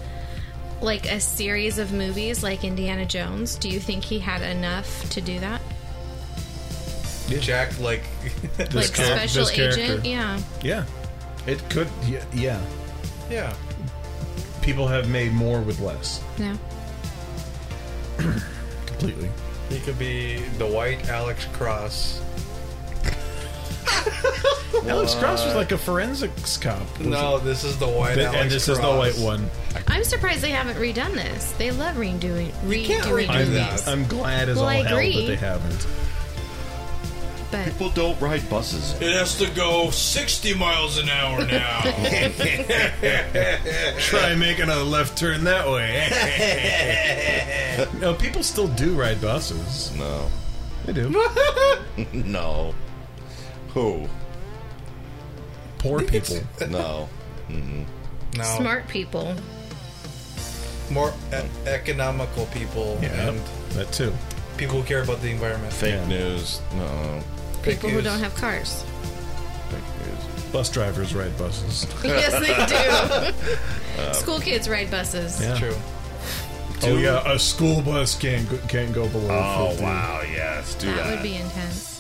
Speaker 2: like a series of movies like Indiana Jones? Do you think he had enough to do that?
Speaker 4: Jack, like,
Speaker 3: This
Speaker 2: like
Speaker 3: char-
Speaker 2: special
Speaker 3: this
Speaker 2: agent?
Speaker 3: character.
Speaker 2: Yeah.
Speaker 3: Yeah. It could. Yeah, yeah.
Speaker 4: yeah,
Speaker 3: People have made more with less.
Speaker 2: Yeah.
Speaker 3: Completely.
Speaker 4: he could be the white Alex Cross.
Speaker 3: Alex Cross was like a forensics cop. wasn't
Speaker 4: No, this is the white
Speaker 3: he?
Speaker 4: Alex
Speaker 3: and this is the white
Speaker 4: Cross.
Speaker 3: one.
Speaker 2: I'm surprised they haven't redone this. They love redoing redoing
Speaker 4: can't redo
Speaker 3: I'm,
Speaker 4: that.
Speaker 2: these.
Speaker 3: I'm glad as
Speaker 2: Well,
Speaker 3: all
Speaker 2: I
Speaker 3: hell that
Speaker 2: agree.
Speaker 3: they haven't.
Speaker 2: But
Speaker 1: People don't ride buses.
Speaker 4: It has to go 60 miles an hour now.
Speaker 3: Try making a left turn that way. no, people still do ride buses.
Speaker 1: No.
Speaker 3: They do.
Speaker 1: No. Who?
Speaker 3: Poor people.
Speaker 1: No.
Speaker 4: no,
Speaker 2: smart people.
Speaker 4: more e- economical people
Speaker 3: Yeah,
Speaker 4: and
Speaker 3: that too.
Speaker 4: people who care about the environment.
Speaker 1: Fake
Speaker 3: Yeah.
Speaker 1: news. No.
Speaker 2: People who don't have cars.
Speaker 1: Fake news.
Speaker 3: Bus drivers ride buses.
Speaker 2: yes, they do. School kids ride buses.
Speaker 3: Yeah.
Speaker 4: True.
Speaker 3: Oh yeah, a school bus can't go, can't go below.
Speaker 1: Oh
Speaker 3: 50.
Speaker 1: wow! Yes, do
Speaker 2: That
Speaker 1: that.
Speaker 2: would be intense.